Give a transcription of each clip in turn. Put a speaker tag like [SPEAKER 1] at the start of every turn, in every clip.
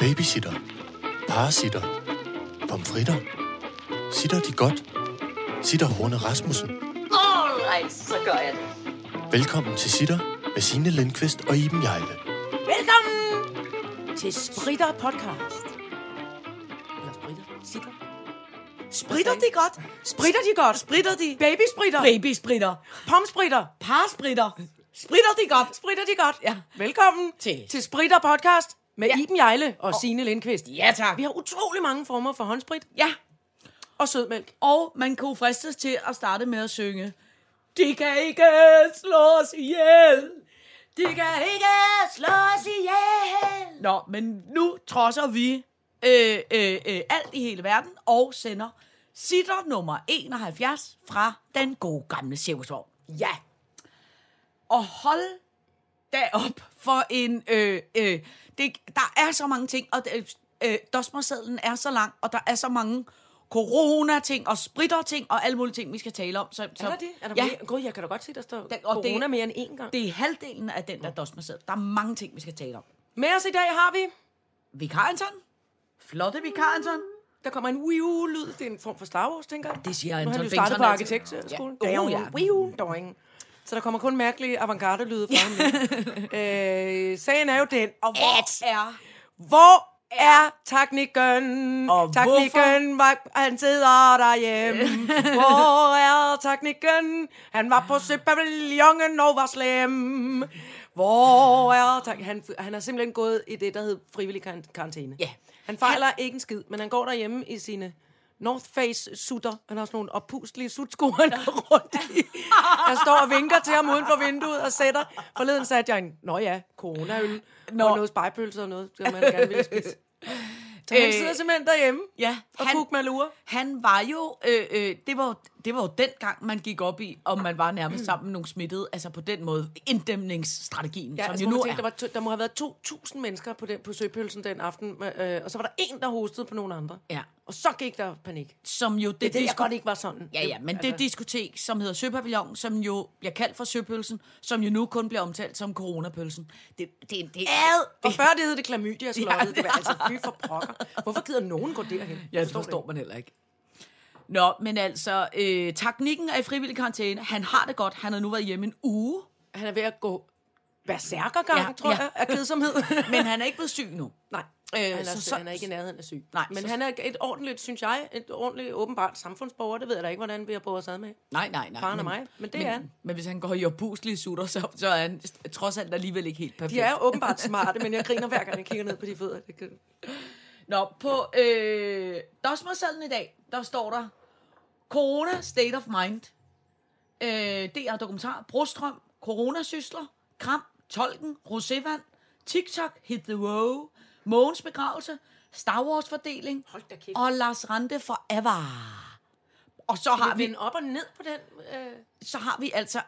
[SPEAKER 1] Babysitter. Parasitter. Pomfritter. Sitter de godt? Sitter Horne Rasmussen.
[SPEAKER 2] Alright, så gør jeg det.
[SPEAKER 1] Velkommen til Sitter med Signe Lindqvist og Iben Jejle.
[SPEAKER 3] Velkommen til Spritter Podcast. Eller Spritter? Sitter? Spritter de godt? Spritter de godt? Spritter de? Babyspritter?
[SPEAKER 4] Babyspritter.
[SPEAKER 3] Pomspritter?
[SPEAKER 4] Parspritter.
[SPEAKER 3] Spritter de godt? Spritter de godt? Ja. Velkommen
[SPEAKER 4] Til-
[SPEAKER 3] til Spritter Podcast med ja.
[SPEAKER 4] Ja.
[SPEAKER 3] Iben Jejle og Signe Lindqvist.
[SPEAKER 4] Ja, tak.
[SPEAKER 3] Vi har utrolig mange former for håndsprit
[SPEAKER 4] Ja,
[SPEAKER 3] og sødmælk.
[SPEAKER 4] og man kunne fristes til at starte med at synge. De kan ikke slås ihjel. De kan ikke slås ihjel. Nå, men nu trodser vi øh, øh, øh, alt i hele verden og sender sitter nummer 71 fra den gode gamle cirkusvogn.
[SPEAKER 3] Ja.
[SPEAKER 4] Og hold da op for en... Øh, øh, det, der er så mange ting, og det- øh, dosmersedlen er så lang, og der er så mange corona-ting og spritter-ting og alle mulige ting, vi skal tale om. Så, så,
[SPEAKER 3] Er der det? Er der
[SPEAKER 4] ja,
[SPEAKER 3] mere? Gud, jeg kan da godt se, der står
[SPEAKER 4] Den- og det-
[SPEAKER 3] corona mere end én gang.
[SPEAKER 4] det er halvdelen af den der dosmerseddel. Der er mange ting, vi skal tale om.
[SPEAKER 3] Med os i dag har vi...
[SPEAKER 4] Vikar Anton? Flotte Vikar Anton?
[SPEAKER 3] Der kommer en wiu-lyd. Det er en form for Star Wars, tænker jeg.
[SPEAKER 4] Det siger
[SPEAKER 3] Nu har
[SPEAKER 4] Anton
[SPEAKER 3] han jo startet på
[SPEAKER 4] Bengtsson altid.
[SPEAKER 3] arkitektskolen.
[SPEAKER 4] Ja. Oh, ja.
[SPEAKER 3] Wiu, doing. Så der kommer kun mærkelige avantgarde-lyde fra ham. nu. øh, sagen er jo den, og hvor,
[SPEAKER 4] er...
[SPEAKER 3] hvor er teknikken?
[SPEAKER 4] Og
[SPEAKER 3] teknikken, var, han sidder derhjemme. Hvor er teknikken? Han var på søpavillonen og var slem. Hvor er tak- han, han er simpelthen gået i det, der hed frivillig kar- karantæne.
[SPEAKER 4] Ja.
[SPEAKER 3] Han fejler han... ikke en skid, men han går derhjemme i sine North Face sutter. Han har sådan nogle oppustelige sutsko, han går rundt i. Jeg står og vinker til ham uden for vinduet og sætter. Forleden satte jeg en, nå ja, coronaøl
[SPEAKER 4] Nå.
[SPEAKER 3] Nå. og noget spejpølse og noget, som man gerne ville spise. Så han
[SPEAKER 4] Øh,
[SPEAKER 3] sidder simpelthen derhjemme
[SPEAKER 4] Ja,
[SPEAKER 3] og
[SPEAKER 4] han,
[SPEAKER 3] kuk med lurer.
[SPEAKER 4] han var jo... Øh, øh, det, var, det var jo den gang, man gik op i, om man var nærmest sammen med nogle smittede. Altså på den måde, inddæmningsstrategien,
[SPEAKER 3] Ja,
[SPEAKER 4] som
[SPEAKER 3] altså,
[SPEAKER 4] jo
[SPEAKER 3] nu
[SPEAKER 4] nu
[SPEAKER 3] tænkte,
[SPEAKER 4] er.
[SPEAKER 3] der, var to, der må have været 2.000 mennesker på, den, på søpølsen den aften, øh, og så var der en, der hostede på nogen andre.
[SPEAKER 4] Ja.
[SPEAKER 3] Og så gik der panik.
[SPEAKER 4] som jo det,
[SPEAKER 3] Det, det jeg
[SPEAKER 4] disko-
[SPEAKER 3] godt ikke var sådan.
[SPEAKER 4] Ja, ja, men altså. det
[SPEAKER 3] Altså,
[SPEAKER 4] diskotek, som hedder Søpavillon, som jo bliver kaldt for Søpølsen, som jo nu kun bliver omtalt som coronapølsen. Det, det, det, Ad!
[SPEAKER 3] Og før det hed det klamydia slottet.
[SPEAKER 4] Ja,
[SPEAKER 3] Ja, det var altså fy for pokker. Hvorfor gider nogen gå derhen?
[SPEAKER 4] Ja, det forstår man heller ikke. Nå, men altså, øh, teknikken er i frivillig karantæne. Han har det godt. Han har nu været hjemme en uge,
[SPEAKER 3] det. Han er ved at gå berserkergang,
[SPEAKER 4] Ja,
[SPEAKER 3] ja, tror
[SPEAKER 4] ja.
[SPEAKER 3] ja. jeg, af kedsomhed.
[SPEAKER 4] men han er ikke blevet syg nu.
[SPEAKER 3] Nej,
[SPEAKER 4] Øh,
[SPEAKER 3] han, er,
[SPEAKER 4] så-
[SPEAKER 3] så,
[SPEAKER 4] så-
[SPEAKER 3] han er ikke i nærheden af syg.
[SPEAKER 4] Nej,
[SPEAKER 3] men
[SPEAKER 4] så-
[SPEAKER 3] han er et ordentligt, synes jeg, et ordentligt åbenbart samfundsborger. Det ved jeg da ikke, hvordan vi har båret os ad med.
[SPEAKER 4] Nej, nej, nej.
[SPEAKER 3] Faren og mig, men det
[SPEAKER 4] men,
[SPEAKER 3] er han.
[SPEAKER 4] Men hvis han går i opuslige sutter, så, så er han trods alt alligevel ikke helt perfekt.
[SPEAKER 3] De er åbenbart smarte, men jeg griner hver gang, jeg kigger ned på de fødder. Det kan-
[SPEAKER 4] Nå, på øh, dosmersedlen i dag, der står der Corona State of Mind. Øh, DR Dokumentar, Brostrøm, Coronasysler, Kram, Tolken, Rosévand, TikTok, Hit the Row, Mogens Begravelse, Star Wars Fordeling
[SPEAKER 3] Hold da kæft.
[SPEAKER 4] og Lars Rante for Avar. Og så
[SPEAKER 3] Har
[SPEAKER 4] har,
[SPEAKER 3] vi
[SPEAKER 4] vi,
[SPEAKER 3] en op og ned på den? Øh,
[SPEAKER 4] så har vi altså,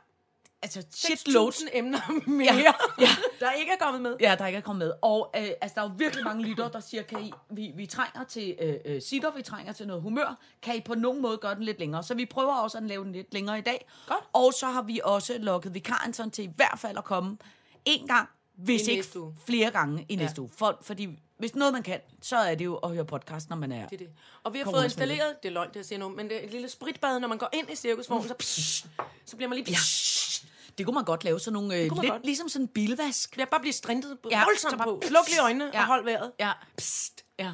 [SPEAKER 4] altså shitloads
[SPEAKER 3] 6.000 emner mere,
[SPEAKER 4] Ja,
[SPEAKER 3] ja.
[SPEAKER 4] ja.
[SPEAKER 3] der ikke er kommet med.
[SPEAKER 4] Ja, der ikke er kommet med. Og øh, altså, der er jo virkelig mange lyttere, der siger, kan I, vi, vi trænger til øh, øh, sitter, vi trænger til noget humør. Kan I på nogen måde gøre den lidt længere? Så vi prøver også at lave den lidt længere i dag.
[SPEAKER 3] Godt.
[SPEAKER 4] Og så har vi også lukket vikar Anton til i hvert fald at komme en gang, hvis
[SPEAKER 3] I
[SPEAKER 4] ikke
[SPEAKER 3] næste uge.
[SPEAKER 4] flere gange i næste uge. For, fordi hvis noget man kan, så er det jo at høre podcast, når man er...
[SPEAKER 3] Det er det. Og vi har
[SPEAKER 4] Corona
[SPEAKER 3] fået installeret, det er løgn, det jeg siger nu, men det er et lille spritbad, når man går ind i cirkusvognen, så, psh, så bliver man lige... Psh,
[SPEAKER 4] Det kunne man godt lave sådan nogle... Øh, lidt,
[SPEAKER 3] kunne man godt.
[SPEAKER 4] Ligesom sådan en bilvask.
[SPEAKER 3] bliver bare blive strintet på,
[SPEAKER 4] Ja,
[SPEAKER 3] ja,
[SPEAKER 4] så
[SPEAKER 3] voldsomt
[SPEAKER 4] bare
[SPEAKER 3] på.
[SPEAKER 4] pss.
[SPEAKER 3] Sluk lige øjnene ja.
[SPEAKER 4] Ja.
[SPEAKER 3] og hold vejret.
[SPEAKER 4] Ja. Psst. Ja.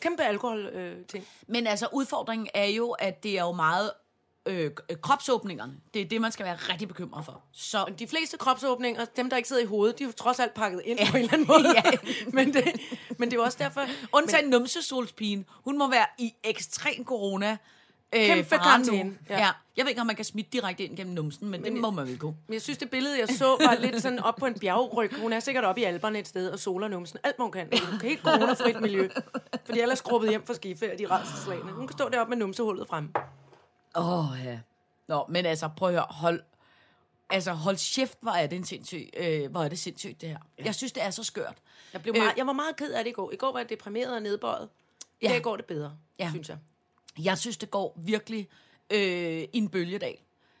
[SPEAKER 3] Kæmpe alkohol-ting. Øh, ting.
[SPEAKER 4] Men altså, udfordringen er jo, at det er jo meget øh, øh, kropsåbningerne. Det er det, man skal være rigtig bekymret for. Så
[SPEAKER 3] de fleste kropsåbninger, dem der ikke sidder i hovedet, de er jo trods alt pakket ind på en eller anden måde.
[SPEAKER 4] Ja.
[SPEAKER 3] men, det, men det er jo også derfor...
[SPEAKER 4] undtagen numsesolspigen, hun må være i ekstrem corona. Øh,
[SPEAKER 3] Kæmpe
[SPEAKER 4] fare nu.
[SPEAKER 3] karantæne,
[SPEAKER 4] Ja.
[SPEAKER 3] ja.
[SPEAKER 4] ja. Jeg ved ikke, om man kan smitte direkte ind gennem numsen, men, men det må man vel gå.
[SPEAKER 3] Men jeg synes, det billede, jeg så, var lidt sådan op på en bjergryg. Hun er sikkert oppe i Alperne et sted og soler numsen. Alt, hvad hun kan. Hun kan helt coronafrit miljø. Fordi ellers gruppet hjem fra skiferie, de redselslagene. Hun kan stå deroppe med numsehullet frem.
[SPEAKER 4] Åh, oh, ja. Nå, men altså, prøv at høre, hold, altså, hold chef, hvor er det en sindssyg, øh, hvor er det sindssygt, det her. Ja. Jeg synes, det er så skørt.
[SPEAKER 3] Jeg, blev meget, Øh, jeg var meget ked af det i går. I går var jeg deprimeret og nedbøjet. I
[SPEAKER 4] Ja.
[SPEAKER 3] dag går det bedre,
[SPEAKER 4] Ja.
[SPEAKER 3] ja. synes jeg.
[SPEAKER 4] Jeg synes, det går virkelig øh, i en bølgedal.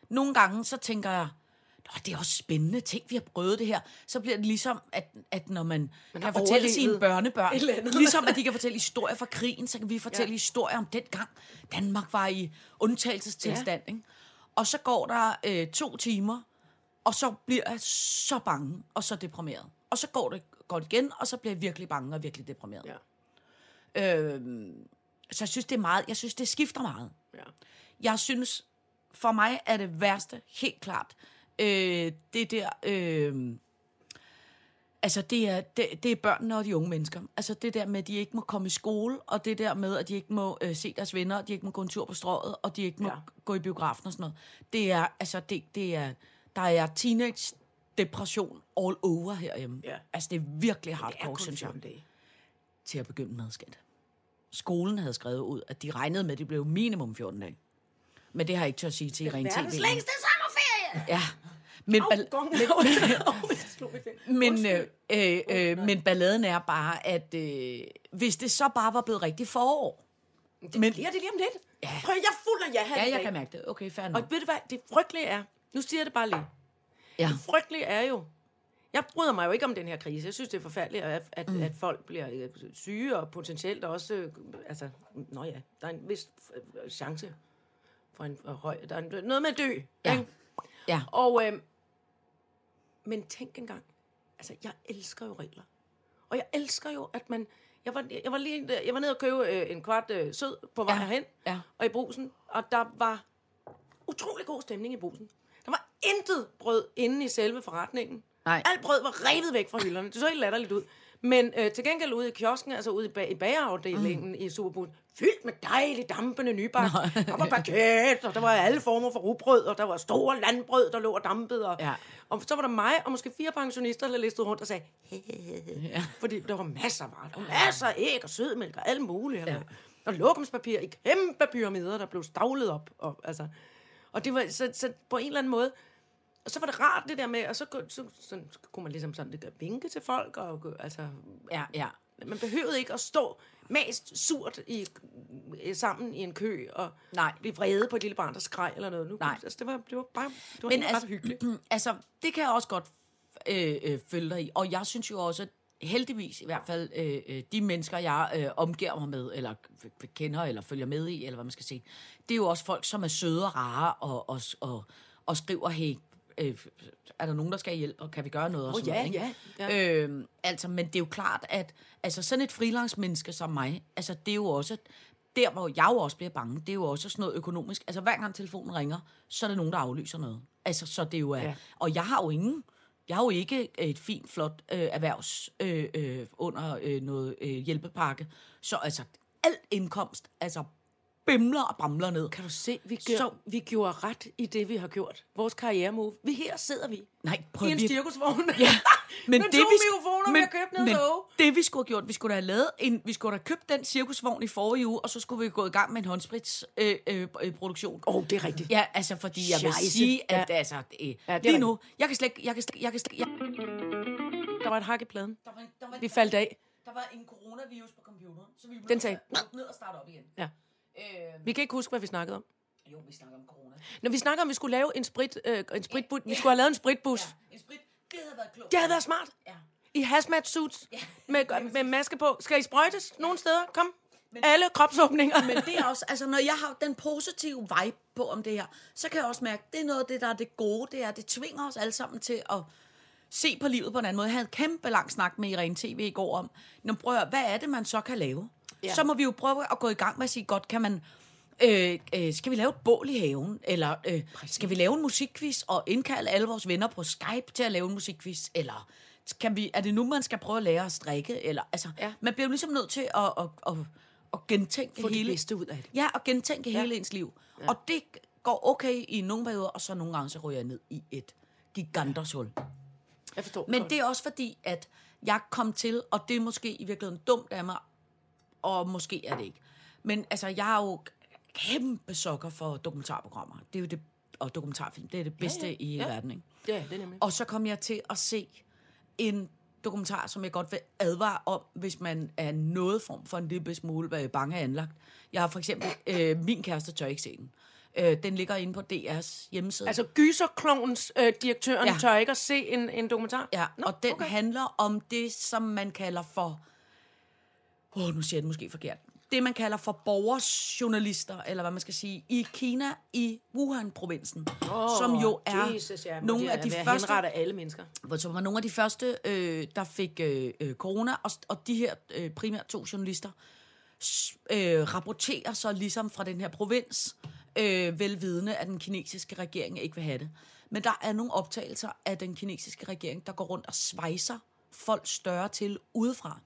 [SPEAKER 4] Nogle gange så tænker jeg, Nå, det er også spændende ting, vi har prøvet det her. Så bliver det ligesom, at, at når man, man
[SPEAKER 3] har
[SPEAKER 4] kan fortælle sine
[SPEAKER 3] overlevet
[SPEAKER 4] børnebørn,
[SPEAKER 3] et eller andet.
[SPEAKER 4] ligesom at de kan fortælle historier fra krigen, så kan vi fortælle ja.
[SPEAKER 3] Ja.
[SPEAKER 4] historier om dengang Danmark var i undtagelsestilstand. Ja. Ikke? Og så går der øh, to timer, og så bliver jeg så bange og så deprimeret. Og så går det godt igen, og så bliver jeg virkelig bange og virkelig deprimeret.
[SPEAKER 3] Ja.
[SPEAKER 4] Øhm, så jeg synes, det er meget, jeg synes, det skifter meget.
[SPEAKER 3] Ja.
[SPEAKER 4] Jeg synes, for mig er det værste, helt klart, øh, det der... Øh, altså, det er, det, det er børnene og de unge mennesker. Altså, det der med, at de ikke må komme i skole, og det der med, at de ikke må øh, se deres venner, og de ikke må gå en tur på strøget, og de ikke må
[SPEAKER 3] Ja.
[SPEAKER 4] ja. gå i biografen og sådan noget. Det er, altså, det, det er, der er teenage depression all over herhjemme.
[SPEAKER 3] Ja.
[SPEAKER 4] Altså, det er virkelig
[SPEAKER 3] Det er
[SPEAKER 4] hardcore,
[SPEAKER 3] kun
[SPEAKER 4] synes jeg
[SPEAKER 3] 14 dage.
[SPEAKER 4] til at begynde med, skat. Skolen havde skrevet ud, at de regnede med, at det blev minimum 14 dage. Men det har jeg ikke tør at sige til rent tv.
[SPEAKER 3] Verdens længste sommerferie!
[SPEAKER 4] Ja. Men, bal-
[SPEAKER 3] Gong. Åh, det slog mig i fingeren.
[SPEAKER 4] men,
[SPEAKER 3] Undskyld.
[SPEAKER 4] øh, øh, øh, men balladen er bare, at øh, hvis det så bare var blevet rigtig forår.
[SPEAKER 3] Det men, bliver det lige om lidt. Ja. Prøv, jeg er fuld af ja her
[SPEAKER 4] Ja,
[SPEAKER 3] i
[SPEAKER 4] jeg
[SPEAKER 3] dag.
[SPEAKER 4] kan mærke det. Okay, fair
[SPEAKER 3] Og
[SPEAKER 4] nok.
[SPEAKER 3] ved du hvad, det frygtelige er, nu siger jeg det bare lige,
[SPEAKER 4] Ja.
[SPEAKER 3] frygtelige er jo, jeg bryder mig jo ikke om den her krise. Jeg synes, det er forfærdeligt, at, at, mm. at folk bliver øh, syge, og potentielt også, øh, altså, nå ja, der er en vis øh, chance for en øh, høj, der er en, noget med at dø.
[SPEAKER 4] Ja.
[SPEAKER 3] ikke?
[SPEAKER 4] Ja.
[SPEAKER 3] Og, øh, men tænk engang, altså, jeg elsker jo regler. Og jeg elsker jo, at man, jeg var, jeg var, lige, jeg var nede og købe øh, en kvart øh, sød på vej
[SPEAKER 4] Ja.
[SPEAKER 3] herhen,
[SPEAKER 4] Ja.
[SPEAKER 3] og i brusen, og der var utrolig god stemning i brusen. Der var intet brød inde i selve forretningen.
[SPEAKER 4] Nej.
[SPEAKER 3] Alt brød var revet væk fra hylderne. Det så helt latterligt ud. Men øh, til gengæld ude i kiosken, altså ude i, bag, i bagerafdelingen mm. i Superbussen, fyldt med dejlig dampende nybagt. Der var baguette, og der var alle former for rugbrød, og der var store landbrød, der lå og dampede. Og,
[SPEAKER 4] Ja.
[SPEAKER 3] og så var der mig og måske fire pensionister, der listede rundt og sagde, ja. fordi der var masser af varer. Der var masser af æg og sødmælk og alt muligt. Ja. Og lokumspapir i kæmpe pyramider, der blev stavlet op. Og, altså, og det var så, så på en eller anden måde, og så var det rart det der med, og så, kunne- så, så kunne man ligesom sådan det der, vinke til folk, og gå- altså,
[SPEAKER 4] Ja, ja.
[SPEAKER 3] man behøvede ikke at stå mest surt i, øh, sammen i en kø, og
[SPEAKER 4] Nej.
[SPEAKER 3] blive vrede på et lille barn, der skreg eller noget. Nu,
[SPEAKER 4] Nej.
[SPEAKER 3] Altså, det, var, det var bare det var
[SPEAKER 4] Men
[SPEAKER 3] Men altså,
[SPEAKER 4] altså-
[SPEAKER 3] ret hyggeligt.
[SPEAKER 4] altså, det kan jeg også godt øh, øh, følge dig i. Og jeg synes jo også, at heldigvis i hvert fald, øh, øh, de mennesker, jeg øh, omgiver mig med, eller k- k- kender, eller følger med i, eller hvad man skal sige, det er jo også folk, som er søde og rare, og, og, og, og skriver, hey, øh, er der nogen, der skal hjælpe, og kan vi gøre noget? Og
[SPEAKER 3] Åh,
[SPEAKER 4] sådan
[SPEAKER 3] ja,
[SPEAKER 4] noget, ikke?
[SPEAKER 3] ja, ja.
[SPEAKER 4] Øhm, altså, men det er jo klart, at altså, sådan et frilansmenneske som mig, altså, det er jo også, der hvor jeg jo også bliver bange, det er jo også sådan noget økonomisk. Altså, hver gang telefonen ringer, så er der nogen, der aflyser noget. Altså, så det jo er...
[SPEAKER 3] Ja.
[SPEAKER 4] Ja. Og jeg har jo ingen... Jeg har jo ikke et fint, flot øh, erhvervs øh, øh, under øh, noget øh, hjælpepakke. Så altså, al indkomst, altså, bimler og bramler ned.
[SPEAKER 3] Kan du se, vi, gør, så,
[SPEAKER 4] Så-
[SPEAKER 3] vi gjorde ret i det, vi har gjort. Vores karrieremove. Vi her sidder vi.
[SPEAKER 4] Nej, prøv
[SPEAKER 3] I en
[SPEAKER 4] lige-
[SPEAKER 3] cirkusvogn.
[SPEAKER 4] Ja,
[SPEAKER 3] men
[SPEAKER 4] men
[SPEAKER 3] Med
[SPEAKER 4] det,
[SPEAKER 3] det, to
[SPEAKER 4] vi,
[SPEAKER 3] vi, mikrofoner, men, vi har købt nede
[SPEAKER 4] men
[SPEAKER 3] hos Åge.
[SPEAKER 4] det vi skulle have gjort, vi skulle da have lavet en, vi skulle da have købt den cirkusvogn i forrige uge, og så skulle vi gå i gang med en håndspritsproduktion. Øh, øh, øh, produktion.
[SPEAKER 3] Åh, oh, det er rigtigt.
[SPEAKER 4] Ja, altså, fordi jeg vil
[SPEAKER 3] Scheisse.
[SPEAKER 4] sige, at
[SPEAKER 3] Ja.
[SPEAKER 4] ja. altså, øh, ja,
[SPEAKER 3] er
[SPEAKER 4] det lige
[SPEAKER 3] rigtigt.
[SPEAKER 4] nu, jeg kan slet ikke, jeg kan slet, jeg kan slet, jeg,
[SPEAKER 3] Der var et hak i pladen.
[SPEAKER 4] der var, en- der var, en-
[SPEAKER 3] Vi faldt af.
[SPEAKER 4] Der var en coronavirus på computeren, så vi blev
[SPEAKER 3] Den sagde-
[SPEAKER 4] nødt til at lukke ned og starte op igen.
[SPEAKER 3] Ja.
[SPEAKER 4] Øh,
[SPEAKER 3] Vi kan ikke huske, hvad vi snakkede om.
[SPEAKER 4] jo, vi snakker om corona.
[SPEAKER 3] Når vi snakker om, at vi skulle lave en, sprit, øh, en spritbus, vi skulle have lavet en spritbus. Ja.
[SPEAKER 4] Ja, en sprit, det havde været klogt.
[SPEAKER 3] Det havde været smart.
[SPEAKER 4] Ja.
[SPEAKER 3] I hazmat suits med, med maske på. Skal I sprøjtes nogle steder? Kom. Alle kropsåbninger.
[SPEAKER 4] Men det er også, altså når jeg har den positive vibe på om det her, så kan jeg også mærke, det er noget af det, der er det gode, det er, at det tvinger os alle sammen til at se på livet på en anden måde. Jeg havde en kæmpe lang snak med Irene TV i går om, Nå, prøv at, høre, hvad er det, man så kan lave?
[SPEAKER 3] Ja.
[SPEAKER 4] Ja. Så må vi jo prøve at gå i gang med at sige, godt, kan man, øh, øh, skal vi lave et bål i haven? Eller øh, skal vi lave en musikquiz og indkalde alle vores venner på Skype til at lave en musikquiz? Eller kan vi, er det nu, man skal prøve at lære at strikke? Eller, altså,
[SPEAKER 3] Ja.
[SPEAKER 4] ja. Man bliver jo ligesom nødt til at, at, at, at gentænke
[SPEAKER 3] Få det
[SPEAKER 4] hele...
[SPEAKER 3] bedste ud af det.
[SPEAKER 4] Ja, og gentænke ja. hele ens liv. Ja. Og det går okay i nogle perioder, og så nogle gange, så ryger jeg ned i et gigantershul.
[SPEAKER 3] Jeg forstår
[SPEAKER 4] Men det er også fordi, at jeg kom til, og det er måske i virkeligheden dumt af mig, og måske er det ikke. Men altså, jeg er jo kæmpe sokker for dokumentarprogrammer. Det er jo det, og dokumentarfilm, det er det bedste ja, ja. i
[SPEAKER 3] Ja.
[SPEAKER 4] ja. verden, ikke?
[SPEAKER 3] Ja, det er nemlig.
[SPEAKER 4] Og så kom jeg til at se en dokumentar, som jeg godt vil advare om, hvis man er noget form for en lille smule øh, bange anlagt. Jeg har for eksempel, øh, min kæreste tør ikke se den. Øh, den ligger inde på DR's hjemmeside.
[SPEAKER 3] Altså gyserklovens øh, direktøren ja.
[SPEAKER 4] Ja.
[SPEAKER 3] tør ikke at se en, en dokumentar?
[SPEAKER 4] Ja, Nå, og den okay. handler om det, som man kalder for... Åh, oh, nu siger jeg det måske forkert. Det, man kalder for borgersjournalister, eller hvad man skal sige, i Kina, i Wuhan-provinsen, oh, som jo er
[SPEAKER 2] Jesus, ja,
[SPEAKER 4] nogle af de første...
[SPEAKER 2] henretter alle mennesker.
[SPEAKER 4] hvor- Som var nogle af de første, øh, der fik øh, øh, corona, og, og de her øh, primært to journalister s- øh, rapporterer så ligesom fra den her provins, øh, velvidende, at den kinesiske regering ikke vil have det. Men der er nogle optagelser af den kinesiske regering, der går rundt og svejser folk større til udefra,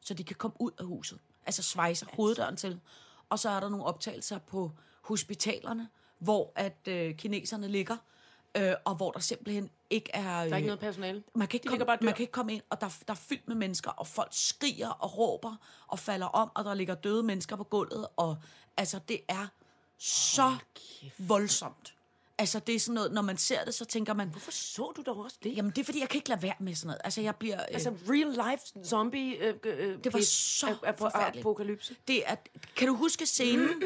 [SPEAKER 4] så de kan komme ud af huset. Altså svejser hoveddøren til. Og så er der nogle optagelser på hospitalerne, hvor at øh, kineserne ligger, øh, og hvor der simpelthen ikke er... øh,
[SPEAKER 3] Der er ikke noget personale?
[SPEAKER 4] Man kan ikke,
[SPEAKER 3] De
[SPEAKER 4] komme,
[SPEAKER 3] ligger bare og dør.
[SPEAKER 4] man kan ikke komme ind, og der, der er fyldt med mennesker, og folk skriger og råber og falder om, og der ligger døde mennesker på gulvet, og altså, det er så voldsomt. Altså, det er sådan noget, når man ser det, så tænker man,
[SPEAKER 3] Hvorfor så du dog også det?
[SPEAKER 4] jamen det er fordi, jeg kan ikke lade være med sådan noget. Altså, jeg bliver... Øh,
[SPEAKER 3] Altså real life zombie øh, øh,
[SPEAKER 4] det var
[SPEAKER 3] case
[SPEAKER 4] så
[SPEAKER 3] af- af- af-
[SPEAKER 4] forfærdeligt.
[SPEAKER 3] apokalypse.
[SPEAKER 4] det er, kan du huske scenen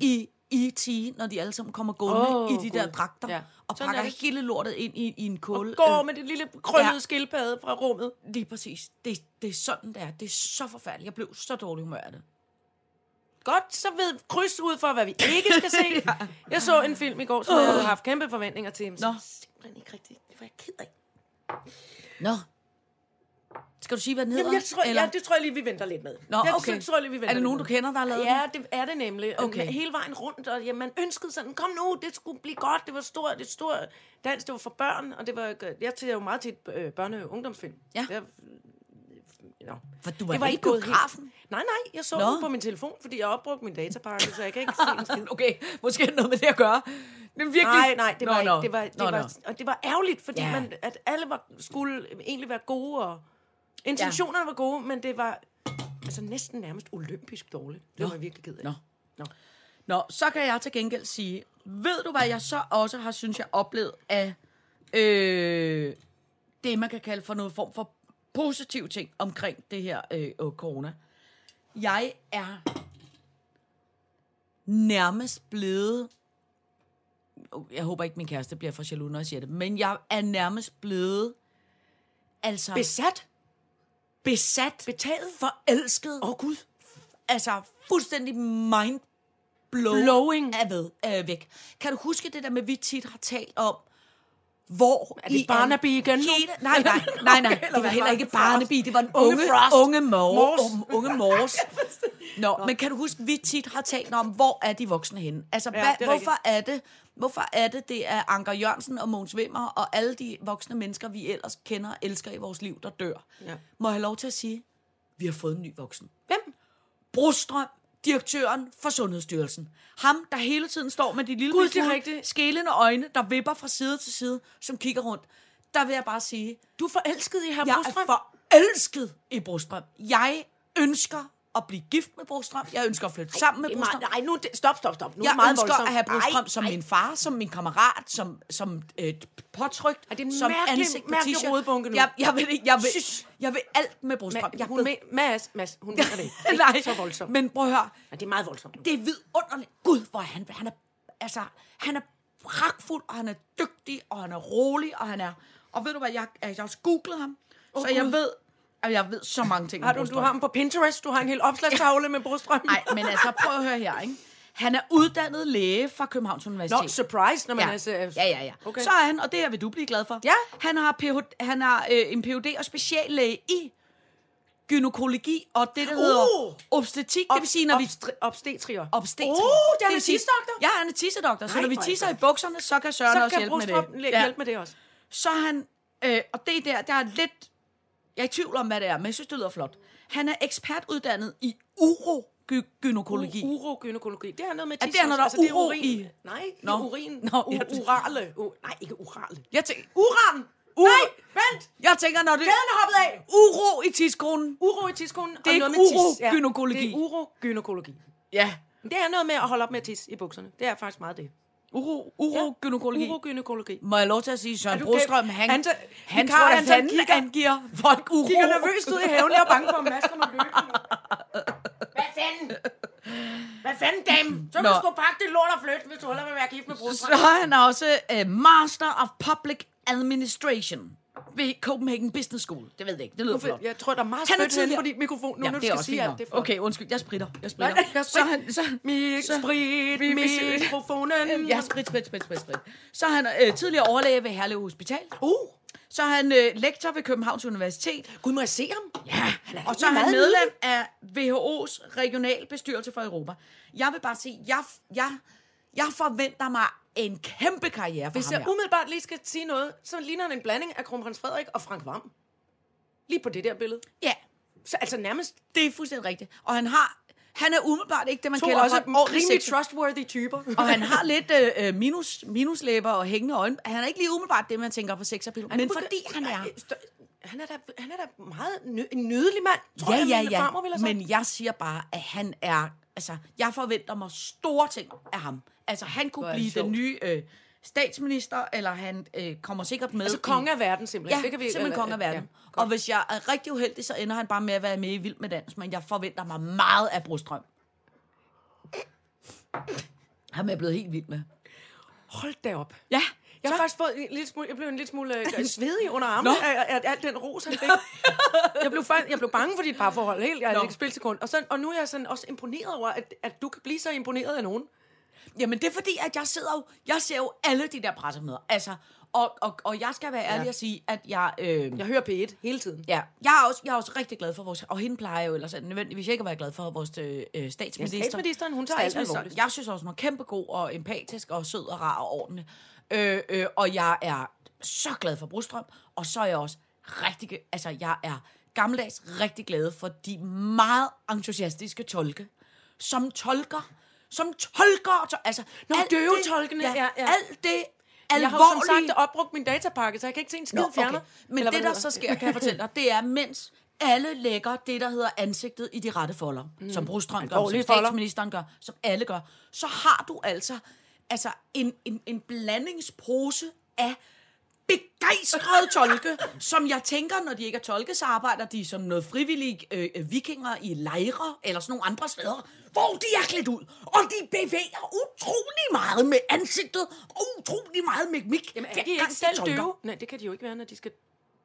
[SPEAKER 4] i E.T., når de alle sammen kommer gående
[SPEAKER 3] Åh,
[SPEAKER 4] oh, i de der
[SPEAKER 3] Gud.
[SPEAKER 4] dragter,
[SPEAKER 3] Ja.
[SPEAKER 4] ja. og
[SPEAKER 3] Sådan er
[SPEAKER 4] pakker
[SPEAKER 3] det.
[SPEAKER 4] hele lortet ind i, i en kul?
[SPEAKER 3] Går med det lille krøllede ja.
[SPEAKER 4] øh, Ja.
[SPEAKER 3] skildpadde fra rummet.
[SPEAKER 4] Lige præcis. Det, det er sådan, det er. Det er så forfærdeligt. Jeg blev så dårlig humør af det.
[SPEAKER 3] Godt, så ved kryds ud for, hvad vi ikke skal se. ja. Jeg så en film i går, som jeg havde haft kæmpe forventninger til. Men så
[SPEAKER 4] Nå.
[SPEAKER 3] simpelthen ikke rigtigt. Det var jeg ked af.
[SPEAKER 4] Nå. Skal du sige, hvad den hedder?
[SPEAKER 3] Jamen, jeg tror,
[SPEAKER 4] Eller?
[SPEAKER 3] ja, det tror jeg lige, vi venter lidt med.
[SPEAKER 4] Nå,
[SPEAKER 3] jeg
[SPEAKER 4] okay.
[SPEAKER 3] tror, tror jeg lige, vi venter
[SPEAKER 4] er det nogen, du
[SPEAKER 3] lidt
[SPEAKER 4] kender, der har lavet
[SPEAKER 3] med.
[SPEAKER 4] den?
[SPEAKER 3] Ja, det er det nemlig.
[SPEAKER 4] Okay.
[SPEAKER 3] Okay. Hele vejen rundt, og ja, man ønskede sådan, kom nu, det skulle blive godt, det var stort, det stort dans, det var for børn, og det var, jeg tænker jo meget til et øh, børne- og ungdomsfilm.
[SPEAKER 4] Ja.
[SPEAKER 3] Jeg, no.
[SPEAKER 4] For du var ikke i biografen?
[SPEAKER 3] Nej, nej, jeg så
[SPEAKER 4] Nå.
[SPEAKER 3] den på min telefon, fordi jeg opbrugte min datapakke, så jeg kan ikke se en skid.
[SPEAKER 4] Okay, måske er det noget med det at gøre. Men virkelig...
[SPEAKER 3] Nej, nej, det var
[SPEAKER 4] Nå,
[SPEAKER 3] ikke.
[SPEAKER 4] nå.
[SPEAKER 3] Det var, det
[SPEAKER 4] Nå,
[SPEAKER 3] var,
[SPEAKER 4] nå.
[SPEAKER 3] Og det var ærgerligt, fordi
[SPEAKER 4] Ja.
[SPEAKER 3] man, at alle var, skulle egentlig være gode, og intentionerne ja. var gode, men det var altså næsten nærmest olympisk dårligt. Det
[SPEAKER 4] Nå.
[SPEAKER 3] var jeg virkelig ked af.
[SPEAKER 4] Nå. Nå. Nå, så kan jeg til gengæld sige, ved du hvad jeg så også har, synes jeg, oplevet af øh, det, man kan kalde for noget form for positiv ting omkring det her øh, øh, corona. Jeg er nærmest blevet, jeg håber ikke, min kæreste bliver fra jaloux, når jeg siger det, men jeg er nærmest blevet, altså
[SPEAKER 3] Besat?
[SPEAKER 4] besat,
[SPEAKER 3] Betaget?
[SPEAKER 4] forelsket,
[SPEAKER 3] Åh, oh, Gud.
[SPEAKER 4] altså fuldstændig mind
[SPEAKER 3] Blowing.
[SPEAKER 4] blowing er ved, øh, væk. Kan du huske det der med, vi tit har talt om, hvor
[SPEAKER 3] Er det Barnaby igen nu?
[SPEAKER 4] Hele, nej, nej, nej, nej.
[SPEAKER 3] Eller
[SPEAKER 4] Det var
[SPEAKER 3] hvad
[SPEAKER 4] heller
[SPEAKER 3] var
[SPEAKER 4] ikke
[SPEAKER 3] det? Frost?
[SPEAKER 4] Barnaby, det var en
[SPEAKER 3] Unge
[SPEAKER 4] unge,
[SPEAKER 3] Frost.
[SPEAKER 4] unge mor,
[SPEAKER 3] Mors.
[SPEAKER 4] Unge, unge mors. Nå, men kan du huske, vi tit har talt om, hvor er de voksne henne? Altså,
[SPEAKER 3] Ja,
[SPEAKER 4] ja,
[SPEAKER 3] det er
[SPEAKER 4] hvad, hvorfor er det, hvorfor er det, det er Anker Jørgensen og Mogens Vimmer og alle de voksne mennesker, vi ellers kender og elsker i vores liv, der dør?
[SPEAKER 3] Ja.
[SPEAKER 4] Må jeg have lov til at sige, vi har fået en ny voksen.
[SPEAKER 3] Hvem?
[SPEAKER 4] Brostrøm, direktøren for Sundhedsstyrelsen. Ham, der hele tiden står med de lille
[SPEAKER 3] Gud,
[SPEAKER 4] bitte
[SPEAKER 3] det er
[SPEAKER 4] smule
[SPEAKER 3] rigtigt.
[SPEAKER 4] skælende øjne, der vipper fra side til side, som kigger rundt. Der vil jeg bare sige,
[SPEAKER 3] Du er forelsket i herr
[SPEAKER 4] jeg
[SPEAKER 3] Brostrøm?
[SPEAKER 4] er forelsket i Brostrøm. Jeg ønsker at blive gift med Brostrøm. Jeg ønsker at flytte sammen med
[SPEAKER 3] Det er
[SPEAKER 4] Brostrøm.
[SPEAKER 3] meget- Nej, nu, er det- stop, stop, stop. Nu er
[SPEAKER 4] Jeg
[SPEAKER 3] det meget
[SPEAKER 4] ønsker
[SPEAKER 3] voldsomt.
[SPEAKER 4] at have Brostrøm
[SPEAKER 3] Ej,
[SPEAKER 4] som
[SPEAKER 3] ej.
[SPEAKER 4] min far, som min kammerat, som, som øh, påtrykt,
[SPEAKER 3] Ej, det er en
[SPEAKER 4] som
[SPEAKER 3] mærkelig-
[SPEAKER 4] ansigt på
[SPEAKER 3] mærkelig
[SPEAKER 4] t-shirt.
[SPEAKER 3] rodebunke nu.
[SPEAKER 4] Jeg, jeg, vil, ikke- jeg, vil,
[SPEAKER 3] Shush.
[SPEAKER 4] jeg vil alt med Brostrøm.
[SPEAKER 3] Ma-
[SPEAKER 4] Jeg er
[SPEAKER 3] hun
[SPEAKER 4] blevet-
[SPEAKER 3] med, Mads, Mads, hun mener det. ikke. Det er
[SPEAKER 4] Nej,
[SPEAKER 3] ikke så voldsomt. Men,
[SPEAKER 4] men prøv at høre.
[SPEAKER 3] det er meget voldsomt.
[SPEAKER 4] Det er vidunderligt. Gud, hvor er han, han er, altså, han er pragtfuld, og han er dygtig, og han er rolig, og han er... Og ved du hvad, jeg, altså, jeg har også googlet ham, oh, så
[SPEAKER 3] Gud.
[SPEAKER 4] jeg ved, at jeg ved så mange ting
[SPEAKER 3] har
[SPEAKER 4] om
[SPEAKER 3] du, du
[SPEAKER 4] Brostrøm.
[SPEAKER 3] har ham på Pinterest, du har en hel opslagstavle med Brostrøm.
[SPEAKER 4] Nej, men altså, prøv at høre her, ikke? Han er uddannet læge fra Københavns Universitet.
[SPEAKER 3] Nå, surprise, når man er... så-
[SPEAKER 4] ja, ja, ja.
[SPEAKER 3] Okay.
[SPEAKER 4] Okay. Så er han, og det her vil du blive glad for.
[SPEAKER 3] Ja.
[SPEAKER 4] Han har, PH, han har øh, en Ph.D. og speciallæge i gynækologi og det,
[SPEAKER 3] Uh!
[SPEAKER 4] der hedder obstetrik. det vil sige, når vi
[SPEAKER 3] Obstre- obstetrier.
[SPEAKER 4] obstetrik.
[SPEAKER 3] Uh, det er
[SPEAKER 4] vil
[SPEAKER 3] en
[SPEAKER 4] sige-
[SPEAKER 3] tissedoktor?
[SPEAKER 4] Ja, han er tissedoktor. Så
[SPEAKER 3] Nej,
[SPEAKER 4] når vi
[SPEAKER 3] hvor
[SPEAKER 4] tisser i
[SPEAKER 3] altså.
[SPEAKER 4] bukserne, så kan Søren
[SPEAKER 3] så
[SPEAKER 4] også
[SPEAKER 3] kan
[SPEAKER 4] hjælpe med
[SPEAKER 3] Brostrøm
[SPEAKER 4] det.
[SPEAKER 3] læ- hjælpe med det også.
[SPEAKER 4] Så er han, øh, og det der, der er lidt, jeg er i tvivl om, hvad det er, men jeg synes, det lyder flot. Han er ekspertuddannet i urogynækologi.
[SPEAKER 3] U- urogynækologi. Det er noget med
[SPEAKER 4] Er
[SPEAKER 3] tis.
[SPEAKER 4] det, når der er
[SPEAKER 3] det
[SPEAKER 4] uro
[SPEAKER 3] urin.
[SPEAKER 4] i?
[SPEAKER 3] Nej, det
[SPEAKER 4] Nå.
[SPEAKER 3] er urin.
[SPEAKER 4] Nå,
[SPEAKER 3] U-
[SPEAKER 4] ja, det-
[SPEAKER 3] Urale. U- nej, ikke urale.
[SPEAKER 4] jeg, tænker,
[SPEAKER 3] Uran!
[SPEAKER 4] Uro-
[SPEAKER 3] Nej, vent!
[SPEAKER 4] jeg tænker, når det
[SPEAKER 3] Kæden er hoppet af.
[SPEAKER 4] uro i tidskronen.
[SPEAKER 3] Uro i tidskonen.
[SPEAKER 4] er ikke urogynækologi.
[SPEAKER 3] Det er urogynækologi.
[SPEAKER 4] Ja.
[SPEAKER 3] Det er noget med at holde op med at tisse i bukserne. Det er faktisk meget det.
[SPEAKER 4] Uro, urogynækologi. Ja.
[SPEAKER 3] Urogynækologi.
[SPEAKER 4] Må jeg lov til at sige, Søren
[SPEAKER 3] Er du
[SPEAKER 4] Brostrøm,
[SPEAKER 3] gal?
[SPEAKER 4] han, han,
[SPEAKER 3] Anton-
[SPEAKER 4] han
[SPEAKER 3] Vikar
[SPEAKER 4] tror da
[SPEAKER 3] Anton
[SPEAKER 4] fanden,
[SPEAKER 3] kigger-
[SPEAKER 4] han giver folk uro.
[SPEAKER 3] Kigger nervøst ud i haven, jeg er bange for, at Mads kommer løbende. Hvad fanden? Hvad fanden, dame? Så
[SPEAKER 2] Så
[SPEAKER 4] Nå.
[SPEAKER 2] må du sgu pakke det lort og flytte, hvis du hellere vil være gift med
[SPEAKER 4] Så
[SPEAKER 2] brudstrøm.
[SPEAKER 4] er han også uh, Master of Public Administration ved Copenhagen Business School. Det ved jeg ikke. Det lyder
[SPEAKER 3] Hvorfor-
[SPEAKER 4] flot.
[SPEAKER 3] Jeg tror, der er meget
[SPEAKER 4] Han er
[SPEAKER 3] spødt henne
[SPEAKER 4] tidligere-
[SPEAKER 3] på dit mikrofon, nu,
[SPEAKER 4] Ja,
[SPEAKER 3] når
[SPEAKER 4] det
[SPEAKER 3] du
[SPEAKER 4] er
[SPEAKER 3] skal
[SPEAKER 4] også
[SPEAKER 3] sige
[SPEAKER 4] fint
[SPEAKER 3] alt
[SPEAKER 4] nok.
[SPEAKER 3] det.
[SPEAKER 4] Okay, undskyld. Jeg spritter. Jeg spritter.
[SPEAKER 3] Nej, jeg spritter.
[SPEAKER 4] Så han, så,
[SPEAKER 3] Mik,
[SPEAKER 4] så-
[SPEAKER 3] sprit,
[SPEAKER 4] Mi- mi-
[SPEAKER 3] mikrofonen.
[SPEAKER 4] Ja, sprit, sprit, sprit, sprit, sprit. Så er han øh, tidligere overlæge ved Herlev Hospital.
[SPEAKER 3] Uh,
[SPEAKER 4] Så er han øh, lektor ved Københavns Universitet.
[SPEAKER 3] gud, må jeg se ham?
[SPEAKER 4] Ja,
[SPEAKER 3] er
[SPEAKER 4] og så er
[SPEAKER 3] egentlig
[SPEAKER 4] han
[SPEAKER 3] meget
[SPEAKER 4] medlem af WHO's regionalbestyrelse for Europa. Jeg vil bare sige, jeg, jeg, jeg forventer mig en kæmpe karriere for
[SPEAKER 3] Hvis
[SPEAKER 4] ham
[SPEAKER 3] jeg
[SPEAKER 4] her.
[SPEAKER 3] umiddelbart lige skal sige noget, så ligner han en blanding af kronprins Frederik og Frank Vam. Lige på det der billede.
[SPEAKER 4] Ja,
[SPEAKER 3] Så altså nærmest
[SPEAKER 4] det er fuldstændig rigtigt. Og han har, han er umiddelbart ikke det, man
[SPEAKER 3] to
[SPEAKER 4] kalder
[SPEAKER 3] også
[SPEAKER 4] for en ordentlig
[SPEAKER 3] rimelig
[SPEAKER 4] sexy-
[SPEAKER 3] trustworthy typer.
[SPEAKER 4] Og han har lidt øh, øh, minus, minuslæber og hængende øjne. Han er ikke lige umiddelbart det, man tænker på sexappeal. Men fordi han
[SPEAKER 3] Øh,
[SPEAKER 4] er...
[SPEAKER 3] Han er da, han er da meget nø, en nydelig mand, tror
[SPEAKER 4] Ja,
[SPEAKER 3] jeg,
[SPEAKER 4] ja,
[SPEAKER 3] mine
[SPEAKER 4] ja.
[SPEAKER 3] farmor ville have sagt.
[SPEAKER 4] Men jeg siger bare, at han er... Altså, jeg forventer mig store ting af ham. Altså, han
[SPEAKER 3] Hvor
[SPEAKER 4] kunne
[SPEAKER 3] er det
[SPEAKER 4] blive den
[SPEAKER 3] sjovt.
[SPEAKER 4] nye øh, statsminister, eller han øh, kommer sikkert med...
[SPEAKER 3] altså
[SPEAKER 4] i-
[SPEAKER 3] konge af verden simpelthen.
[SPEAKER 4] Ja,
[SPEAKER 3] det kan vi, øh,
[SPEAKER 4] simpelthen konge af verden. Ja, og hvis jeg er rigtig uheldig, så ender han bare med at være med i Vild med Dans, men jeg forventer mig meget af Brostrøm. Ham er jeg blevet helt vild med.
[SPEAKER 3] Hold da op.
[SPEAKER 4] Ja,
[SPEAKER 3] Jeg
[SPEAKER 4] så-
[SPEAKER 3] har faktisk fået en lille smule, jeg blev en lille smule øh, svedig under
[SPEAKER 4] Nå.
[SPEAKER 3] armen af, af, af, alt den ros, han fik. jeg, blev, fa- jeg blev bange for dit parforhold, helt jeg
[SPEAKER 4] Nå.
[SPEAKER 3] er ikke spil sekund. Og, så, og nu er jeg sådan også imponeret over, at, at du kan blive så imponeret af nogen.
[SPEAKER 4] Jamen det er fordi, at jeg sidder jo, jeg ser jo alle de der pressemøder, altså, og, og, og jeg skal være ærlig
[SPEAKER 3] Ja.
[SPEAKER 4] og sige, at jeg, øh,
[SPEAKER 3] Jeg hører P1 hele tiden.
[SPEAKER 4] ja, jeg er, også, jeg er også rigtig glad for vores, og hende plejer jeg jo ellers nødvendigvis ikke at være glad for vores øh, øh, statsminister.
[SPEAKER 3] Ja, statsministeren, hun tager alt
[SPEAKER 4] Statsministeren.
[SPEAKER 3] alvorligt.
[SPEAKER 4] Jeg synes også, hun er kæmpe god og empatisk og sød og rar og ordentlig, øh, øh, og jeg er så glad for Brostrøm, og så er jeg også rigtig, altså jeg er gammeldags rigtig glad for de meget entusiastiske tolke, som tolker, som tolker, og tol- altså,
[SPEAKER 3] Nå,
[SPEAKER 4] alt
[SPEAKER 3] døvetolkene,
[SPEAKER 4] det, ja,
[SPEAKER 3] ja,
[SPEAKER 4] ja.
[SPEAKER 3] ja.
[SPEAKER 4] alt det alvorlige.
[SPEAKER 3] Jeg har jo som sagt opbrugt min datapakke, så jeg kan ikke se en skid
[SPEAKER 4] Nå,
[SPEAKER 3] fjerner.
[SPEAKER 4] Men
[SPEAKER 3] Eller
[SPEAKER 4] det,
[SPEAKER 3] hvad
[SPEAKER 4] der så
[SPEAKER 3] hedder.
[SPEAKER 4] sker, kan jeg fortælle dig, det er, mens alle lægger det, der hedder ansigtet i de rette folder, mm. som Brostrøm gør, som
[SPEAKER 3] Alvorlige folder.
[SPEAKER 4] statsministeren gør, som alle gør, så har du altså, altså en, en, en blandingspose af begejstrede tolke, som jeg tænker, når de ikke er tolke, så arbejder de som noget frivillige øh, øh, vikinger i lejre eller sådan nogle andre steder, hvor de er klædt ud, og de bevæger utrolig meget med ansigtet og utrolig meget med mimik.
[SPEAKER 3] Jamen,
[SPEAKER 4] hver
[SPEAKER 3] er
[SPEAKER 4] gang
[SPEAKER 3] de ikke
[SPEAKER 4] de
[SPEAKER 3] selv
[SPEAKER 4] tolker.
[SPEAKER 3] døve? Nej, det kan de jo ikke være, når de skal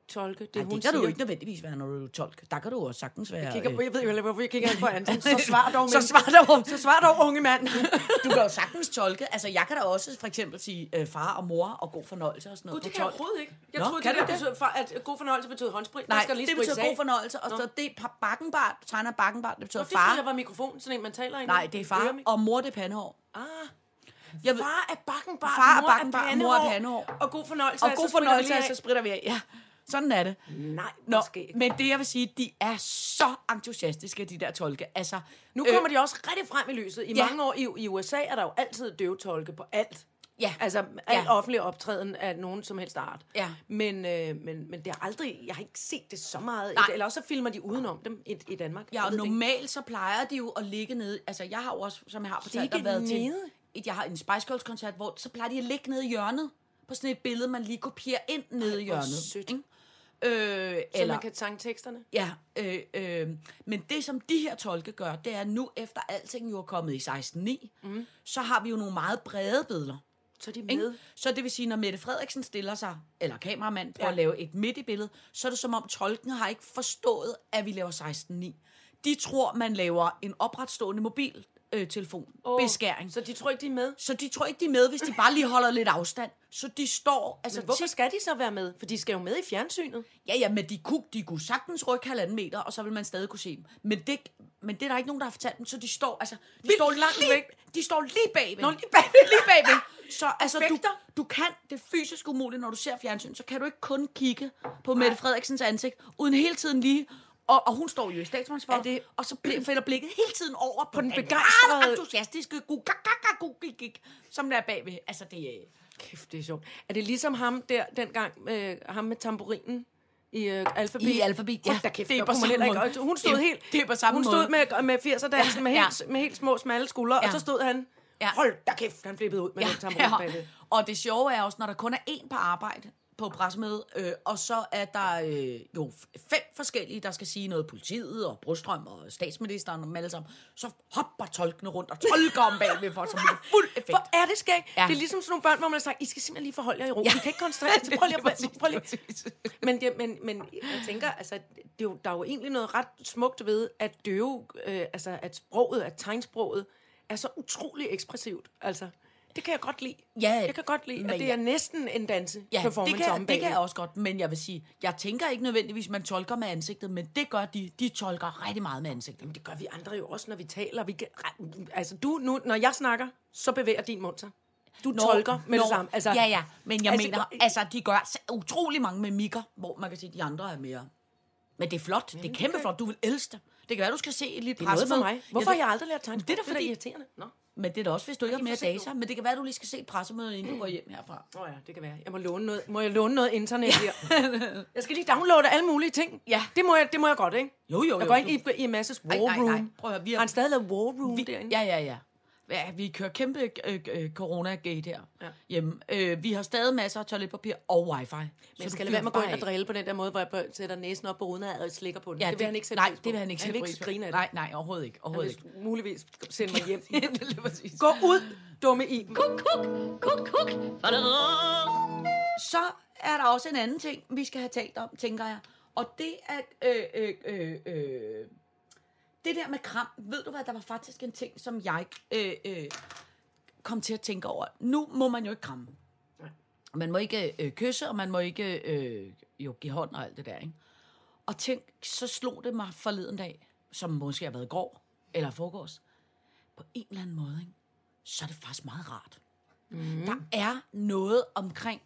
[SPEAKER 3] tolke det,
[SPEAKER 4] Ja,
[SPEAKER 3] Ej, hun
[SPEAKER 4] det kan
[SPEAKER 3] siger.
[SPEAKER 4] du jo ikke nødvendigvis være, når du er tolk. Der kan du jo også sagtens være...
[SPEAKER 3] Kigger, på-
[SPEAKER 4] øh,
[SPEAKER 3] jeg ved jo heller, hvorfor jeg kigger ind på Anton. Så svar dog,
[SPEAKER 4] så
[SPEAKER 3] men-
[SPEAKER 4] svar dog.
[SPEAKER 3] så svar dog, unge mand.
[SPEAKER 4] du kan jo sagtens tolke. Altså, jeg kan da også for eksempel sige øh, far og mor og god fornøjelse og sådan noget
[SPEAKER 3] Gud,
[SPEAKER 4] på
[SPEAKER 3] det kan jeg
[SPEAKER 4] tolk.
[SPEAKER 3] overhovedet ikke. Jeg
[SPEAKER 4] Nå,
[SPEAKER 3] troede,
[SPEAKER 4] kan
[SPEAKER 3] det,
[SPEAKER 4] du
[SPEAKER 3] der
[SPEAKER 4] det?
[SPEAKER 3] betød, for, at øh, god fornøjelse betød håndsprit.
[SPEAKER 4] Nej,
[SPEAKER 3] Man skal lige
[SPEAKER 4] det
[SPEAKER 3] spritte
[SPEAKER 4] betyder
[SPEAKER 3] sig
[SPEAKER 4] god
[SPEAKER 3] af.
[SPEAKER 4] fornøjelse, og
[SPEAKER 3] Nå.
[SPEAKER 4] så det er bakkenbart, tegner bakkenbart, det betyder
[SPEAKER 3] Nå, det far.
[SPEAKER 4] far.
[SPEAKER 3] jeg var mikrofon, sådan en, man taler i.
[SPEAKER 4] Nej, det er far, og mor det er pandehår.
[SPEAKER 3] Ah,
[SPEAKER 4] Jeg ved,
[SPEAKER 3] far er bakken bare,
[SPEAKER 4] Far er
[SPEAKER 3] mor
[SPEAKER 4] bakken bar, mor er pandehår.
[SPEAKER 3] Og god fornøjelse.
[SPEAKER 4] og
[SPEAKER 3] er,
[SPEAKER 4] god
[SPEAKER 3] så spritter vi
[SPEAKER 4] fornøjelse,
[SPEAKER 3] lige
[SPEAKER 4] og så
[SPEAKER 3] af.
[SPEAKER 4] spritter vi af. Ja, sådan er det.
[SPEAKER 3] Nej,
[SPEAKER 4] Nå,
[SPEAKER 3] måske ikke.
[SPEAKER 4] men det jeg vil sige, de er så entusiastiske, de der tolke. Altså,
[SPEAKER 3] Nu
[SPEAKER 4] øh,
[SPEAKER 3] kommer de også rigtig frem i lyset. I
[SPEAKER 4] ja.
[SPEAKER 3] mange år i, i USA er der jo altid døvetolke på alt.
[SPEAKER 4] Ja.
[SPEAKER 3] Altså alt
[SPEAKER 4] Ja.
[SPEAKER 3] ja. offentlig optræden af nogen som helst art.
[SPEAKER 4] Ja.
[SPEAKER 3] Men, øh, men, men det er aldrig, jeg har ikke set det så meget.
[SPEAKER 4] Nej.
[SPEAKER 3] Nej. Eller også så filmer de udenom dem i, i Danmark.
[SPEAKER 4] Ja,
[SPEAKER 3] Jeg
[SPEAKER 4] og
[SPEAKER 3] ved det ikke.
[SPEAKER 4] normalt så plejer de jo at ligge nede. Altså, jeg har jo også, som jeg har fortalt dig,
[SPEAKER 3] Ligge
[SPEAKER 4] været til
[SPEAKER 3] nede?
[SPEAKER 4] et, jeg har en Spice Girls koncert, hvor så plejer de at ligge nede i hjørnet på sådan et billede, man lige kopierer ind nede i hjørnet.
[SPEAKER 3] sødt.
[SPEAKER 4] ikke? Øh,
[SPEAKER 3] Så
[SPEAKER 4] eller,
[SPEAKER 3] man kan sange teksterne.
[SPEAKER 4] Ja, øh, øh, men det som de her tolke gør, det er nu efter alting jo er kommet i 16.9, mm. så har vi jo nogle meget brede billeder.
[SPEAKER 3] Så er de
[SPEAKER 4] Ikke?
[SPEAKER 3] med.
[SPEAKER 4] Så det vil sige, når Mette Frederiksen stiller sig, eller kameramand, prøver ja.
[SPEAKER 3] Ja.
[SPEAKER 4] at lave et midt i billedet, så er det som om tolken har ikke forstået, at vi laver 16.9. De tror, man laver en opretstående mobiltelefon. Øh,
[SPEAKER 3] Åh,
[SPEAKER 4] beskæring. Så,
[SPEAKER 3] Så de tror ikke, de er med.
[SPEAKER 4] så de tror ikke, de er med, hvis de bare lige holder lidt afstand. Så de står... Altså,
[SPEAKER 3] Men hvorfor
[SPEAKER 4] tit-
[SPEAKER 3] skal de så være med? For de skal jo med i fjernsynet.
[SPEAKER 4] Ja, ja, men de kunne, de kunne sagtens rykke halvanden meter, og så vil man stadig kunne se dem. Men det, men det er der ikke nogen, der har fortalt dem, så de står, altså, de står langt lige, væk. De står lige bagved.
[SPEAKER 3] Nå, lige bagved.
[SPEAKER 4] lige bagved. Så altså, du,
[SPEAKER 3] Fægter.
[SPEAKER 4] du kan det er fysisk umuligt, når du ser fjernsyn, så kan du ikke kun kigge på Mette Frederiksens ansigt, uden hele tiden lige... Og, og hun står jo i
[SPEAKER 3] Er
[SPEAKER 4] statsmandsform,
[SPEAKER 3] det-
[SPEAKER 4] og så bl- falder blikket hele tiden over på, den
[SPEAKER 3] begejstrede-
[SPEAKER 4] meget entusiastiske gu- ga- ga- ga- gu- gik- gik, som der er bagved. Altså, det er...
[SPEAKER 3] Kæft, det er sjovt. Er det ligesom ham der, dengang, øh, ham med tamburinen? I øh, alfabet.
[SPEAKER 4] I Alphabet, ja.
[SPEAKER 3] Hold da kæft,
[SPEAKER 4] Det er
[SPEAKER 3] det
[SPEAKER 4] på
[SPEAKER 3] er
[SPEAKER 4] samme
[SPEAKER 3] man heller
[SPEAKER 4] måde.
[SPEAKER 3] ikke. Og Hun stod
[SPEAKER 4] Det-
[SPEAKER 3] helt,
[SPEAKER 4] det er på samme
[SPEAKER 3] hun
[SPEAKER 4] måde.
[SPEAKER 3] stod med, med 80'er dansen med, helt,
[SPEAKER 4] Ja.
[SPEAKER 3] med helt små, smalle skuldre,
[SPEAKER 4] Ja.
[SPEAKER 3] og så stod han,
[SPEAKER 4] Ja.
[SPEAKER 3] hold da kæft, han flippede ud med ja. den tamburin bagved.
[SPEAKER 4] Og det sjove er også, når der kun er én på arbejde, på pressemøde, øh, og så er der øh, jo f- fem forskellige, der skal sige noget. Politiet og Brostrøm og statsministeren og dem alle sammen. Så hopper tolkene rundt og tolker om bagved for, som er fuld effekt.
[SPEAKER 3] Hvor er det skægt?
[SPEAKER 4] Ja.
[SPEAKER 3] Ja. Det er ligesom sådan nogle børn, hvor man har sagt, I skal simpelthen lige forholde jer i ro. Ja. I kan ikke koncentrere jer. Så Prøv lige, at- prøv lige. Men, det, men, men jeg tænker, altså, det er jo, der er jo egentlig noget ret smukt ved, at døve, øh, altså at sproget, at tegnsproget, er så utrolig ekspressivt. Altså, det kan jeg godt lide.
[SPEAKER 4] Ja,
[SPEAKER 3] Jeg kan godt lide,
[SPEAKER 4] men
[SPEAKER 3] at det
[SPEAKER 4] ja.
[SPEAKER 3] er næsten en danse
[SPEAKER 4] Ja, det
[SPEAKER 3] performance
[SPEAKER 4] kan,
[SPEAKER 3] omme
[SPEAKER 4] det kan
[SPEAKER 3] bagved.
[SPEAKER 4] jeg også godt, men jeg vil sige, jeg tænker ikke nødvendigvis, man tolker med ansigtet, men det gør de. De tolker rigtig meget med ansigtet.
[SPEAKER 3] Det gør vi andre jo også, når vi taler. Vi kan, altså, du, nu, når jeg snakker, så bevæger din mund sig. Du
[SPEAKER 4] Nå,
[SPEAKER 3] tolker med det
[SPEAKER 4] nå,
[SPEAKER 3] samme. Altså,
[SPEAKER 4] ja, ja, men jeg
[SPEAKER 3] altså,
[SPEAKER 4] altså, mener,
[SPEAKER 3] gør-
[SPEAKER 4] altså, de gør s- utrolig mange mimikker, hvor man kan sige, at de andre er mere. Men det er flot, det er kæmpe flot, du vil elske det. Det kan være, du skal se et lille
[SPEAKER 3] Det er noget for
[SPEAKER 4] pressemøde.
[SPEAKER 3] mig. Hvorfor har
[SPEAKER 4] ved-
[SPEAKER 3] jeg aldrig lært tegnsprog?
[SPEAKER 4] Det er da fordi-
[SPEAKER 3] irriterende. Nå.
[SPEAKER 4] Men det er da også, hvis du ikke har mere
[SPEAKER 3] for sent
[SPEAKER 4] data, men det kan være, du lige skal se et pressemøde, inden du går hjem herfra.
[SPEAKER 3] Nå ja, det kan være. Jeg må låne noget. Må jeg låne noget internet her? jeg skal lige downloade alle mulige ting.
[SPEAKER 4] Ja.
[SPEAKER 3] Det må jeg, det må jeg godt, ikke?
[SPEAKER 4] Jo, jo,
[SPEAKER 3] Jeg
[SPEAKER 4] jo,
[SPEAKER 3] går ind
[SPEAKER 4] du-
[SPEAKER 3] i, i Masses war
[SPEAKER 4] Ej,
[SPEAKER 3] room.
[SPEAKER 4] nej, nej. Prøv at høre, vi har-
[SPEAKER 3] Har han stadig lavet war room vi, derinde?
[SPEAKER 4] Ja, ja, ja. Ja, vi kører kæmpe øh, øh, corona-gate her ja. hjemme. Øh, vi har stadig masser af toiletpapir og wifi. Men
[SPEAKER 3] Men jeg skal lade være med at gå ind og drille på den der måde, hvor jeg bare sætter næsen op på ruden og slikker på den.
[SPEAKER 4] Ja,
[SPEAKER 3] det vil han ikke sætte
[SPEAKER 4] Nej,
[SPEAKER 3] pris på.
[SPEAKER 4] det vil han ikke sætte
[SPEAKER 3] Han vil
[SPEAKER 4] pris
[SPEAKER 3] ikke
[SPEAKER 4] på.
[SPEAKER 3] grine af det.
[SPEAKER 4] Nej, nej, overhovedet ikke. Overhovedet ikke.
[SPEAKER 3] Han vil muligvis sende mig hjem.
[SPEAKER 4] det er præcis.
[SPEAKER 3] Gå ud, dumme Iben.
[SPEAKER 4] Så er der også en anden ting, vi skal have talt om, tænker jeg. Og det er... Øh, øh, øh, øh, det der med kram, ved du hvad, der var faktisk en ting, som jeg øh, øh, kom til at tænke over. Nu må man jo ikke kramme. Man må ikke øh, kysse, og man må ikke øh, jo give hånd og alt det der, ikke? Og tænk, så slog det mig forleden dag, som måske har været i går, eller forgårs, på en eller anden måde, ikke? så er det faktisk meget rart. Mm. Der er noget omkring,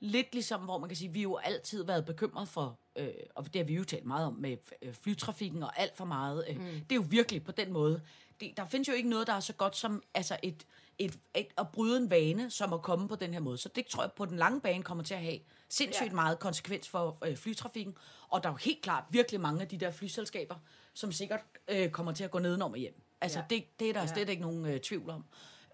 [SPEAKER 4] lidt ligesom, hvor man kan sige, vi har jo altid været bekymret for, øh, og det har vi jo talt meget om med øh, flytrafikken og alt for meget. Øh, mm. Det er jo virkelig på den måde. Det, der findes jo ikke noget, der er så godt som altså et, et, et, at bryde en vane, som at komme på den her måde. Så det tror jeg på den lange bane kommer til at have sindssygt ja. meget konsekvens for øh, flytrafikken. Og der er jo helt klart virkelig mange af de der flyselskaber, som sikkert øh, kommer til at gå nedenom og hjem. Altså ja. det, det er der ja. slet ikke nogen øh, tvivl om.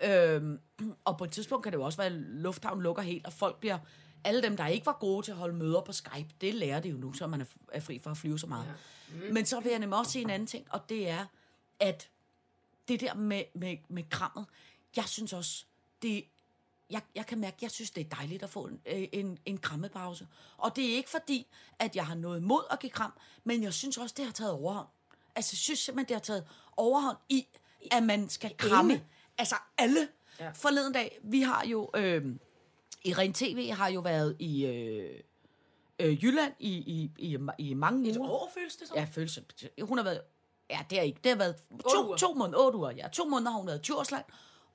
[SPEAKER 4] Øhm, og på et tidspunkt kan det jo også være, at lufthavnen lukker helt, og folk bliver... Alle dem, der ikke var gode til at holde møder på Skype, det lærer det jo nu, så man er, f- er fri for at flyve så meget. Ja. Mm. Men så vil jeg nemlig også sige en anden ting, og det er, at det der med, med, med krammet, jeg synes også, det, jeg, jeg kan mærke, jeg synes, det er dejligt at få en, øh, en, en krammepause. Og det er ikke fordi, at jeg har noget mod at give kram, men jeg synes også, det har taget overhånd. Altså, jeg synes simpelthen, det har taget overhånd i, at man skal kramme. Altså, alle. Ja. Forleden dag, vi har jo... Øh, i Ren TV har jo været i øh, øh, Jylland i, i, i, i mange uger.
[SPEAKER 2] Hvor føles det så?
[SPEAKER 4] Ja, følelse. Hun har været... Ja, det er ikke. Det har været to,
[SPEAKER 2] uger.
[SPEAKER 4] to måneder, otte uger. Ja, to måneder har hun været i Djursland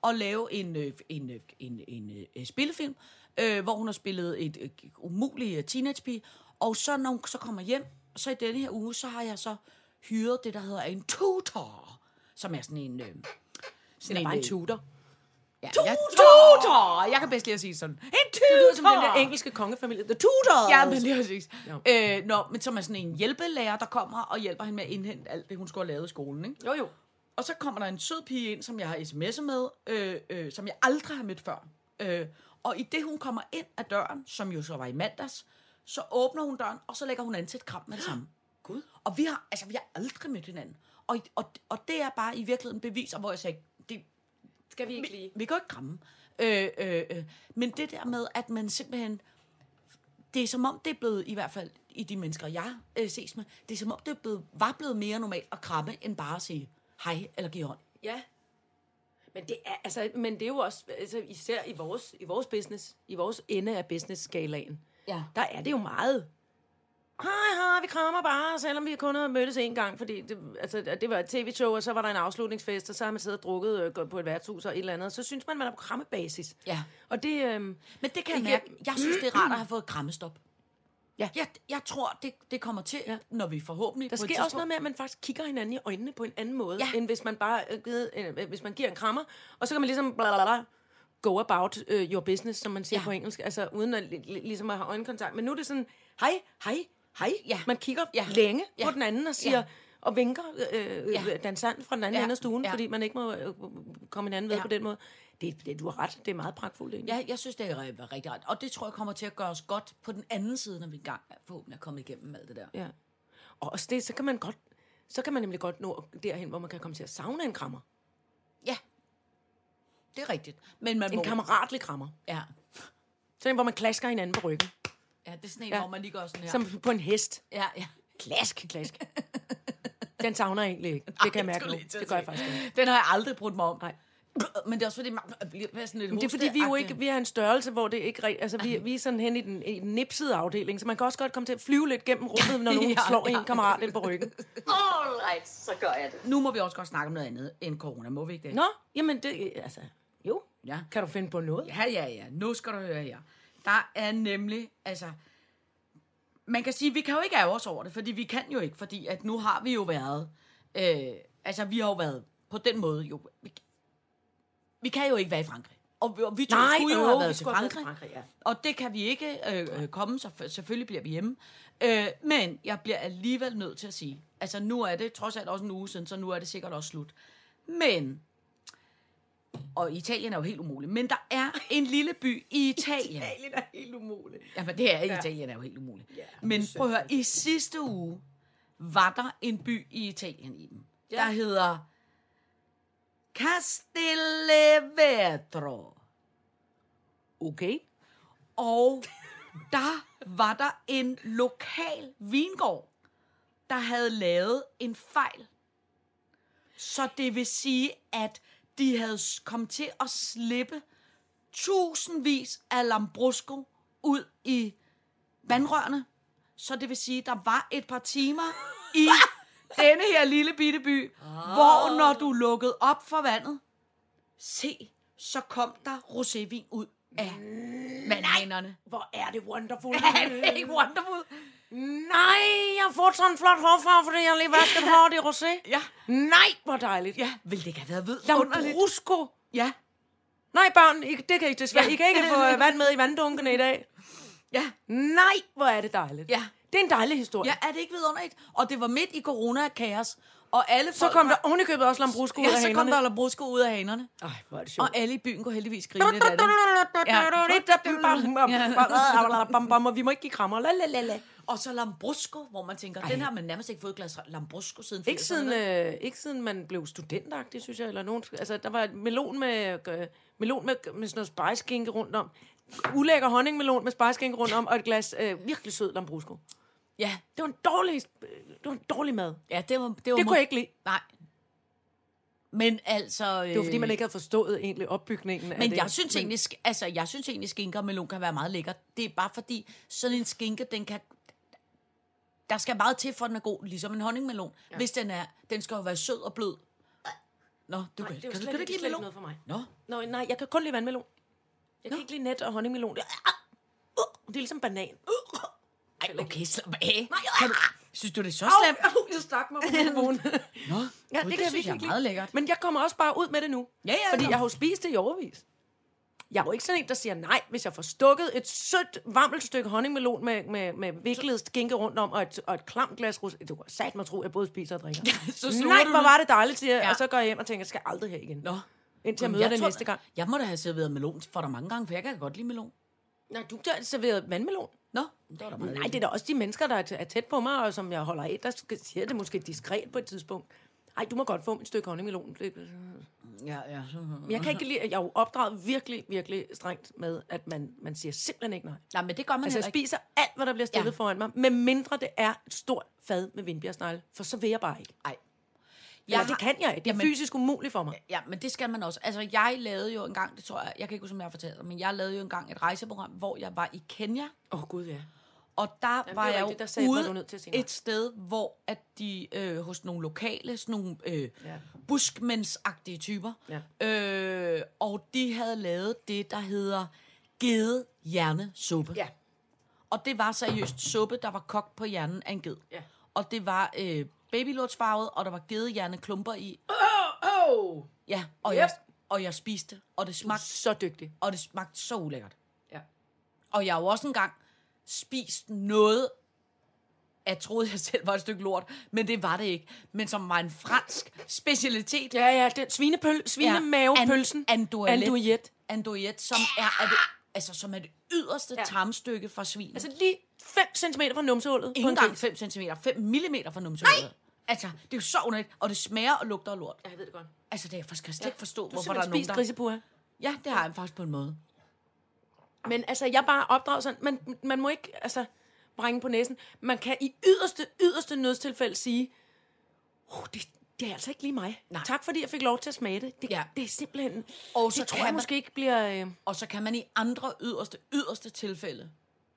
[SPEAKER 4] og lave en, øh, en, øh, en, en, øh, øh, spillefilm, øh, hvor hun har spillet et øh, umuligt øh, teenagepige. Og så når hun så kommer hjem, så i denne her uge, så har jeg så hyret det, der hedder en tutor, som er sådan en... Øh, sådan
[SPEAKER 3] Bare en
[SPEAKER 4] øh,
[SPEAKER 3] tutor.
[SPEAKER 4] Ja,
[SPEAKER 3] Tutor!
[SPEAKER 4] Jeg, tutor! Jeg kan bedst lide at sige sådan. En tutor!
[SPEAKER 3] Det lyder som den der engelske kongefamilie. The Tudors!
[SPEAKER 4] Ja, men lige præcis. Øh, nå, men som er sådan en hjælpelærer, der kommer og hjælper hende med at indhente alt det, hun skulle have lavet i skolen. Ikke?
[SPEAKER 3] Jo, jo.
[SPEAKER 4] Og så kommer der en sød pige ind, som jeg har sms'et med, øh, øh, som jeg aldrig har mødt før. Øh, og i det, hun kommer ind ad døren, som jo så var i mandags, så åbner hun døren, og så lægger hun an til et kram med det samme. Gud. Og vi har, altså, vi har aldrig mødt hinanden. Og, og, og det er bare i virkeligheden beviser, hvor jeg sagde, det,
[SPEAKER 3] Skal vi ikke
[SPEAKER 4] vi,
[SPEAKER 3] lige?
[SPEAKER 4] vi kan jo ikke kramme. Øh, øh, øh. Men det der med, at man simpelthen... Det er som om, det er blevet, i hvert fald i de mennesker, jeg øh, ses med, det er som om, det er blevet, var blevet mere normalt at kramme, end bare at sige hej eller give hånd.
[SPEAKER 3] Ja. Men det er, altså, men det er jo også, altså, især i vores, i vores business, i vores ende af business-skalaen,
[SPEAKER 4] Ja.
[SPEAKER 3] der er det jo meget. Hej, hej, vi krammer bare, selvom vi kun har mødtes en gang, fordi det, altså, det var et tv-show, og så var der en afslutningsfest, og så har man siddet og drukket øh, gået på et værtshus og et eller andet, og så synes man, man er på krammebasis.
[SPEAKER 4] Ja.
[SPEAKER 3] Og det, øhm,
[SPEAKER 4] Men det kan jeg
[SPEAKER 3] Ikke-
[SPEAKER 4] mærke. Jeg synes, det er rart at have fået krammestop.
[SPEAKER 3] Ja.
[SPEAKER 4] Jeg, jeg tror, det, det kommer til, ja. når vi forhåbentlig...
[SPEAKER 3] der sker også noget med, at man faktisk kigger hinanden i øjnene på en anden måde,
[SPEAKER 4] Ja.
[SPEAKER 3] ja. end hvis man bare øh, givet, øh, hvis man giver en krammer, og så kan man ligesom blablabla, go about øh, your business, som man siger
[SPEAKER 4] Ja.
[SPEAKER 3] ja. på engelsk, altså uden at, li- li- ligesom at have øjenkontakt. Men nu er det sådan, hej, hej, hej.
[SPEAKER 4] Ja.
[SPEAKER 3] Man kigger
[SPEAKER 4] Ja.
[SPEAKER 3] ja. længe
[SPEAKER 4] Ja.
[SPEAKER 3] ja. på den anden og siger,
[SPEAKER 4] Ja.
[SPEAKER 3] ja. og vinker øh, ja. danseren fra den anden ja.
[SPEAKER 4] Ja.
[SPEAKER 3] ende af stuen, ja.
[SPEAKER 4] Ja.
[SPEAKER 3] fordi man ikke må øh, komme hinanden ved ja.
[SPEAKER 4] Ja.
[SPEAKER 3] på den måde. Det, det, du har ret. Det er meget pragtfuldt egentlig.
[SPEAKER 4] Ja, jeg synes, det er rigtig, rigtig ret. Og det tror jeg kommer til at gøre os godt på den anden side, når vi engang er- forhåbentlig er kommet igennem alt det der.
[SPEAKER 3] Ja. Og også det, så kan man godt, så kan man nemlig godt nå derhen, hvor man kan komme til at savne en krammer.
[SPEAKER 4] Ja. Det er rigtigt. Men man
[SPEAKER 3] En
[SPEAKER 4] må...
[SPEAKER 3] kammeratlig krammer.
[SPEAKER 4] Ja.
[SPEAKER 3] Sådan en, hvor man klasker hinanden på ryggen.
[SPEAKER 4] ja, det er sådan en,
[SPEAKER 3] Ja.
[SPEAKER 4] ja. hvor man lige gør sådan her.
[SPEAKER 3] Ja. Som på en hest.
[SPEAKER 4] Ja, ja.
[SPEAKER 3] Klask, klask. Den savner jeg egentlig ikke. Det kan jeg
[SPEAKER 4] Ej,
[SPEAKER 3] mærke nu.
[SPEAKER 4] skulle lige til at
[SPEAKER 3] Det gør jeg
[SPEAKER 4] sige.
[SPEAKER 3] faktisk ikke.
[SPEAKER 4] Den har jeg aldrig brudt mig om.
[SPEAKER 3] Nej.
[SPEAKER 4] Men det er også fordi, man bliver sådan lidt
[SPEAKER 3] Men det er fordi, vi jo ikke vi er en størrelse, hvor det ikke rigt- Altså, vi, vi er sådan hen i den, i den nipsede afdeling, så man kan også godt komme til at flyve lidt gennem rummet, når nogen ja,
[SPEAKER 4] Ja,
[SPEAKER 3] slår ja.
[SPEAKER 4] ja.
[SPEAKER 3] en kammerat lidt på ryggen.
[SPEAKER 5] Alright, så gør jeg det.
[SPEAKER 4] Nu må vi også godt snakke om noget andet end corona, må vi ikke det?
[SPEAKER 3] Nå, jamen det, altså, jo.
[SPEAKER 4] Ja.
[SPEAKER 3] Kan du finde på noget?
[SPEAKER 4] Ja, ja, ja. Nu skal du høre her. Der er nemlig, altså... Man kan sige, vi kan jo ikke ære os over det, fordi vi kan jo ikke, fordi at nu har vi jo været... Øh, altså, vi har jo været på den måde jo... Vi, vi kan jo ikke være i Frankrig. Og vi, og vi to
[SPEAKER 3] Nej,
[SPEAKER 4] skulle jo
[SPEAKER 3] øh,
[SPEAKER 4] have
[SPEAKER 3] vi
[SPEAKER 4] været til
[SPEAKER 3] skulle have været
[SPEAKER 4] Frankrig.
[SPEAKER 3] til Frankrig, ja.
[SPEAKER 4] Og det kan vi ikke øh, øh, komme, så f- selvfølgelig bliver vi hjemme. Øh, men jeg bliver alligevel nødt til at sige, altså nu er det trods alt også en uge siden, så nu er det sikkert også slut. Men, og Italien er jo helt umulig, men der er en lille by i Italien.
[SPEAKER 3] Italien er helt umuligt.
[SPEAKER 4] Jamen det er Italien er jo helt umuligt. men prøv at høre, i sidste uge var der en by i Italien i den, ja. der hedder Castellevetro.
[SPEAKER 3] Okay.
[SPEAKER 4] Og der var der en lokal vingård, der havde lavet en fejl. Så det vil sige, at de havde s- kommet til at slippe tusindvis af lambrusco ud i vandrørene. Så det vil sige, at der var et par timer i denne her lille bitte by,
[SPEAKER 3] Ah.
[SPEAKER 4] oh. hvor når du lukkede op for vandet, se, så kom der rosévin ud af vandhanerne.
[SPEAKER 3] Hvor Mm. er det wonderful.
[SPEAKER 4] Er det ikke wonderful?
[SPEAKER 3] Nej, jeg har fået sådan en flot hårfarve, fordi jeg lige vasket håret i rosé.
[SPEAKER 4] Ja.
[SPEAKER 3] Nej, hvor dejligt.
[SPEAKER 4] Ja, vil det ikke have været vidunderligt?
[SPEAKER 3] Lambrusco.
[SPEAKER 4] Ja,
[SPEAKER 3] Nej, børn, I, det kan I desværre.
[SPEAKER 4] Ja.
[SPEAKER 3] I kan ikke få øh, vand med i vanddunkene i dag.
[SPEAKER 4] ja,
[SPEAKER 3] Nej, hvor er det dejligt.
[SPEAKER 4] Ja.
[SPEAKER 3] Det er en dejlig historie.
[SPEAKER 4] ja, er det ikke vidunderligt? Og det var midt i corona-kaos, og alle
[SPEAKER 3] Så
[SPEAKER 4] folk
[SPEAKER 3] kom
[SPEAKER 4] var-
[SPEAKER 3] der ovenikøbet også lambrusco ud
[SPEAKER 4] Ja,
[SPEAKER 3] af
[SPEAKER 4] så kom
[SPEAKER 3] hanerne.
[SPEAKER 4] der lambrusco ud af hanerne.
[SPEAKER 3] Ej, hvor er det sjovt.
[SPEAKER 4] Og alle i byen kunne heldigvis grine lidt af det.
[SPEAKER 3] Ja. Og vi må ikke give krammer. La, la, la, la.
[SPEAKER 4] Og så lambrusco, hvor man tænker, den har man nærmest ikke fået et glas lambrusco siden
[SPEAKER 3] Ikke
[SPEAKER 4] 80'erne,
[SPEAKER 3] siden,
[SPEAKER 4] vel?
[SPEAKER 3] øh, ikke siden man blev studentagtig, synes jeg. Eller nogen, altså, der var et melon med, øh, melon med, med sådan noget spejskinke rundt om. Ulækker honningmelon med spejskinke rundt om, og et glas øh, virkelig sød lambrusco.
[SPEAKER 4] Ja,
[SPEAKER 3] Det var en dårlig, øh, det var en dårlig mad.
[SPEAKER 4] ja, det var... Det, var
[SPEAKER 3] Det
[SPEAKER 4] mo-
[SPEAKER 3] kunne jeg ikke lide.
[SPEAKER 4] Nej. Men altså...
[SPEAKER 3] Det var fordi, man ikke havde forstået egentlig opbygningen af
[SPEAKER 4] Men
[SPEAKER 3] det.
[SPEAKER 4] jeg synes, egentlig, sk- altså, jeg synes egentlig, skinke og melon kan være meget lækkert. Det er bare fordi, sådan en skinke, den kan... Der skal meget til, for at den er god, ligesom en honningmelon. Ja. Hvis den er... Den skal jo være sød og blød. Nå, du kan,
[SPEAKER 3] det er
[SPEAKER 4] kan,
[SPEAKER 3] jo
[SPEAKER 4] du-
[SPEAKER 3] slet
[SPEAKER 4] kan du ikke
[SPEAKER 3] ikke-
[SPEAKER 4] lide
[SPEAKER 3] slet ikke
[SPEAKER 4] melon?
[SPEAKER 3] noget for mig.
[SPEAKER 4] Nå,
[SPEAKER 3] Nå, nej, jeg kan kun lide vandmelon. Jeg kan ikke lide net og honningmelon. Det er, uh, det er ligesom banan. Uh,
[SPEAKER 4] ej, okay, slap af. Kan du, synes du, det er så
[SPEAKER 3] Slap.
[SPEAKER 4] slemt?
[SPEAKER 3] Au, jeg stak mig på mikrofonen.
[SPEAKER 4] Nå,
[SPEAKER 3] ja,
[SPEAKER 4] Gud,
[SPEAKER 3] det, kan jeg
[SPEAKER 4] synes jeg
[SPEAKER 3] virkelig
[SPEAKER 4] er
[SPEAKER 3] ikke
[SPEAKER 4] meget
[SPEAKER 3] lide.
[SPEAKER 4] lækkert.
[SPEAKER 3] Men jeg kommer også bare ud med det nu.
[SPEAKER 4] Ja, ja,
[SPEAKER 3] fordi
[SPEAKER 4] nå.
[SPEAKER 3] jeg har jo spist det i overvis. Jeg er jo ikke sådan en, der siger nej, hvis jeg får stukket et sødt, varmelt stykke honningmelon med, med, med viklet skinke rundt om, og et, og et klamt glas rus. Du kan sat mig tro, at jeg både spiser og drikker.
[SPEAKER 4] Så sluger
[SPEAKER 3] nej,
[SPEAKER 4] du
[SPEAKER 3] hvor
[SPEAKER 4] nu.
[SPEAKER 3] var det dejligt, siger jeg. Ja.
[SPEAKER 4] Ja.
[SPEAKER 3] Og så går jeg hjem og tænker, jeg skal aldrig her igen.
[SPEAKER 4] Nå.
[SPEAKER 3] Indtil jeg
[SPEAKER 4] Jamen,
[SPEAKER 3] møder det
[SPEAKER 4] tror-
[SPEAKER 3] næste gang.
[SPEAKER 4] Jeg må da have serveret melon for dig mange gange, for jeg kan godt lide melon.
[SPEAKER 3] Nej, du har serveret vandmelon.
[SPEAKER 4] Nå, det var da meget
[SPEAKER 3] Nej, det er da også de mennesker, der er t- er tæt på mig, og som jeg holder af, der skal- siger det måske diskret på et tidspunkt. Ej, du må godt få et stykke honningmelon. Det-
[SPEAKER 4] lækkert. Ja, ja.
[SPEAKER 3] Men jeg kan ikke lide, jeg er jo opdraget virkelig, virkelig strengt med, at man, man siger simpelthen ikke nej.
[SPEAKER 4] Nej, men det gør man
[SPEAKER 3] Altså, jeg
[SPEAKER 4] heller ikke.
[SPEAKER 3] spiser alt, hvad der bliver stillet ja.
[SPEAKER 4] Ja.
[SPEAKER 3] foran mig, med mindre det er et stort fad med vindbjergsnegle, for så vil jeg bare ikke.
[SPEAKER 4] Nej.
[SPEAKER 3] Ja, det kan jeg ikke. Det er
[SPEAKER 4] Jamen-
[SPEAKER 3] fysisk umuligt for mig.
[SPEAKER 4] Ja, men det skal man også. Altså, jeg lavede jo engang, det tror jeg, jeg kan ikke huske, om jeg har fortalt dig, men jeg lavede jo engang et rejseprogram, hvor jeg var i Kenya,
[SPEAKER 3] Åh, oh, gud ja.
[SPEAKER 4] og der Jamen, var
[SPEAKER 3] det er
[SPEAKER 4] jeg jo
[SPEAKER 3] rigtigt, der sagde du, at du var
[SPEAKER 4] ude
[SPEAKER 3] nødt til at sige nej.
[SPEAKER 4] et sted, hvor at de øh, hos nogle lokale, sådan nogle øh,
[SPEAKER 3] Ja.
[SPEAKER 4] ja. buskmændsagtige typer, ja. øh, og de havde lavet det, der hedder gedehjernesuppe.
[SPEAKER 3] Ja.
[SPEAKER 4] Og det var seriøst suppe, der var kogt på hjernen af en ged.
[SPEAKER 3] Ja.
[SPEAKER 4] Og det var øh, babylortsfarvet, og der var gedehjerneklumper i.
[SPEAKER 3] Åh! Oh,
[SPEAKER 4] Ja, og, yep. jeg, og jeg spiste, og det smagte
[SPEAKER 3] så dygtig.
[SPEAKER 4] og det smagte så ulækkert.
[SPEAKER 3] Ja.
[SPEAKER 4] Og jeg har jo også engang spist noget jeg troede, jeg selv var et stykke lort, men det var det ikke. Men som var en fransk specialitet.
[SPEAKER 3] Ja, ja, den svinepøl, svinemavepølsen.
[SPEAKER 4] An, andualet.
[SPEAKER 3] Andouillet.
[SPEAKER 4] Andoiet, som er, er det, altså, som er det yderste ja. tarmstykke fra svin.
[SPEAKER 3] Altså lige 5 cm fra numsehullet. på
[SPEAKER 4] Ikke
[SPEAKER 3] en
[SPEAKER 4] engang
[SPEAKER 3] gris.
[SPEAKER 4] 5 cm, 5 mm fra numsehullet. Altså, det er jo så underligt, og det smager og lugter af lort.
[SPEAKER 6] Jeg ved det godt.
[SPEAKER 4] Altså, det er, jeg kan slet ikke forstå,
[SPEAKER 3] Du har
[SPEAKER 4] hvorfor der er nogen,
[SPEAKER 3] spist
[SPEAKER 4] der...
[SPEAKER 3] grisepuha.
[SPEAKER 4] Ja, det har jeg faktisk på en måde.
[SPEAKER 3] Men altså, jeg er bare opdraget sådan, man, man må ikke, altså, brænge på næsen. Man kan i yderste, yderste nødstilfælde sige, oh, det, det er altså ikke lige mig.
[SPEAKER 4] Nej.
[SPEAKER 3] Tak fordi jeg fik lov til at smage det. Det, ja.
[SPEAKER 4] Ja.
[SPEAKER 3] det er simpelthen...
[SPEAKER 4] Og
[SPEAKER 3] Så
[SPEAKER 4] så,
[SPEAKER 3] det tror
[SPEAKER 4] kan
[SPEAKER 3] jeg
[SPEAKER 4] man,
[SPEAKER 3] måske ikke bliver... Øh,
[SPEAKER 4] og så kan man i andre yderste, yderste tilfælde,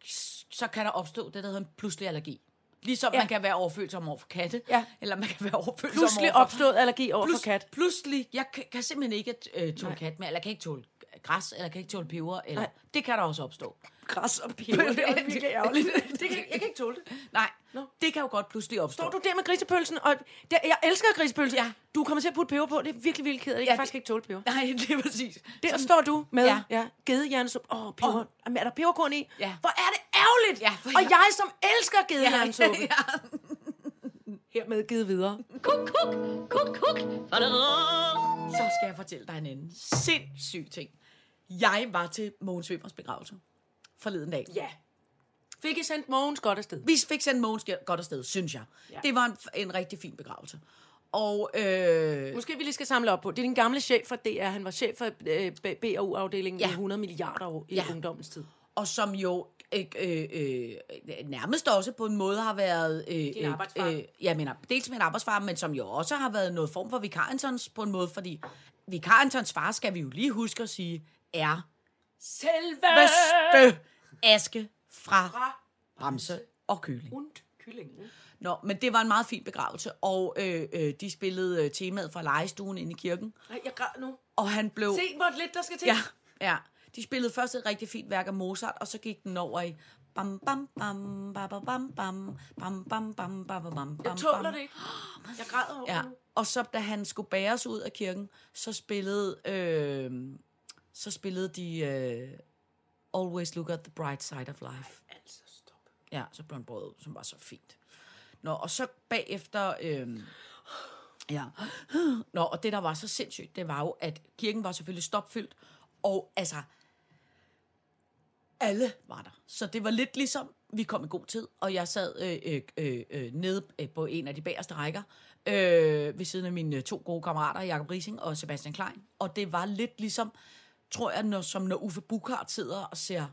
[SPEAKER 4] s- så kan der opstå det, der hedder en pludselig allergi. Ligesom
[SPEAKER 3] Ja.
[SPEAKER 4] ja. man kan være overfølsom over for katte,
[SPEAKER 3] Ja.
[SPEAKER 4] eller man kan være overfølsom
[SPEAKER 3] pludselig
[SPEAKER 4] over for...
[SPEAKER 3] opstået allergi over for kat.
[SPEAKER 4] Pludselig, jeg kan, kan simpelthen ikke øh, tåle kat mere, eller kan ikke tåle græs, eller kan ikke tåle peber, eller...
[SPEAKER 3] Nej.
[SPEAKER 4] Nej. Det kan der også opstå.
[SPEAKER 3] Græs og peber, det er også virkelig ærgerligt.
[SPEAKER 4] det kan, jeg kan ikke tåle det. Nej, no. det kan jo godt pludselig opstå.
[SPEAKER 3] Står du der med grisepølsen, og der, jeg elsker grisepølsen.
[SPEAKER 4] Ja.
[SPEAKER 3] Du kommer til at putte peber på, det er virkelig, virkelig ked af. Jeg kan
[SPEAKER 4] Ja,
[SPEAKER 3] faktisk ikke tåle peber.
[SPEAKER 4] Nej, det er præcis.
[SPEAKER 3] Der står du med ja.
[SPEAKER 4] Ja.
[SPEAKER 3] Ja, gedehjernesup. Åh, oh, peber.
[SPEAKER 4] Åh.
[SPEAKER 3] Jamen, Er der peberkorn i?
[SPEAKER 4] Ja.
[SPEAKER 3] Hvor er det ærgerligt!
[SPEAKER 4] Ja, for
[SPEAKER 3] og
[SPEAKER 4] jeg-
[SPEAKER 3] jeg som elsker gedehjernesuppe, ja.
[SPEAKER 4] ja.
[SPEAKER 3] hermed givet videre.
[SPEAKER 7] Kuk, kuk, kuk, kuk. Badadadada.
[SPEAKER 4] Så skal jeg fortælle dig en anden sindssyg ting. Jeg var til Mogens Wimmers begravelse forleden dag.
[SPEAKER 3] Ja. Fik I sendt Mogens godt afsted?
[SPEAKER 4] Vi fik sendt Mogens godt afsted, synes jeg. Ja. Det var en, en rigtig fin begravelse. Og øh,
[SPEAKER 3] Måske vi lige skal samle op på. Det er din gamle chef for DR. Han var chef for øh, B- B&U-afdelingen ja.
[SPEAKER 4] Ja.
[SPEAKER 3] i 100 milliarder år i ja.
[SPEAKER 4] Ja.
[SPEAKER 3] ungdommens tid.
[SPEAKER 4] og som jo øh, øh, øh, nærmest også på en måde har været... Øh, Din
[SPEAKER 3] arbejdsfar.
[SPEAKER 4] Øh, ja, men dels min arbejdsfar, men som jo også har været noget form for vikarantons på en måde, fordi vikarantons far, skal vi jo lige huske at sige, er selveste aske fra, fra Ramse og Køling.
[SPEAKER 3] Und kyllingen.
[SPEAKER 4] Nå, men det var en meget fin begravelse, og øh, øh, de spillede øh, temaet fra legestuen inde i kirken,
[SPEAKER 3] Nej, jeg græd nu.
[SPEAKER 4] og han blev...
[SPEAKER 3] Se, hvor lidt der skal til.
[SPEAKER 4] Ja, ja. De spillede først et rigtig fint værk af Mozart, og så gik den over i bam bam bam ba, ba, bam bam bam bam bam ba, ba, bam bam
[SPEAKER 3] Jeg tåler
[SPEAKER 4] bam.
[SPEAKER 3] det ikke. Jeg græder over
[SPEAKER 4] Ja.
[SPEAKER 3] nu.
[SPEAKER 4] Og så da han skulle bæres ud af kirken, så spillede øh, så spillede de øh, Always Look at the Bright Side of Life.
[SPEAKER 3] Altså, stop.
[SPEAKER 4] Ja, så blev han båret ud, som var så fint. Nå, og så bagefter... Øh, ja. Nå, og det, der var så sindssygt, det var jo, at kirken var selvfølgelig stopfyldt, og altså, alle var der. Så det var lidt ligesom, vi kom i god tid, og jeg sad øh, øh, øh, øh, nede øh, på en af de bagerste rækker, øh, ved siden af mine øh, to gode kammerater, Jakob Rising og Sebastian Klein. Og det var lidt ligesom, tror jeg, når, som når Uffe Bukart sidder og ser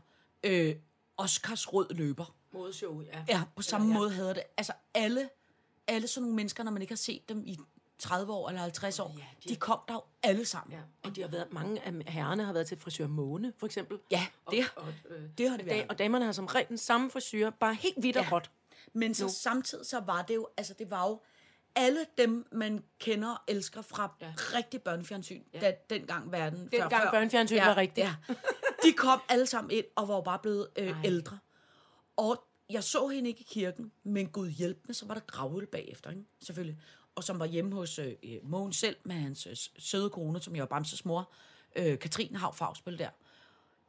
[SPEAKER 4] øh, Oscars rød løber.
[SPEAKER 3] Modeshow, ja.
[SPEAKER 4] Ja, på samme ja. måde havde jeg det. Altså alle, alle sådan nogle mennesker, når man ikke har set dem i 30 år eller 50 år, ja, de, de kom der jo alle sammen.
[SPEAKER 3] Ja, og de har været, mange af herrerne har været til frisør Måne, for eksempel.
[SPEAKER 4] Ja, det,
[SPEAKER 3] og, og, øh,
[SPEAKER 4] det har det
[SPEAKER 3] da,
[SPEAKER 4] været.
[SPEAKER 3] og damerne har som regel den samme frisør, bare helt hvidt og
[SPEAKER 4] Ja.
[SPEAKER 3] råt.
[SPEAKER 4] Men så samtidig så var det jo, altså det var jo alle dem, man kender og elsker fra ja. rigtig børnefjernsyn, ja. da dengang verden før-
[SPEAKER 3] Dengang
[SPEAKER 4] før.
[SPEAKER 3] børnefjernsyn var rigtigt.
[SPEAKER 4] Ja. De kom alle sammen ind og var jo bare blevet øh, ældre. Og jeg så hende ikke i kirken, men Gud hjælp mig, så var der gravøl bagefter, ikke? selvfølgelig. Og som var hjemme hos øh, øh, Mogens selv med hans øh, søde kone, som jeg var Bamses mor, øh, Katrine Hav Fagspil der.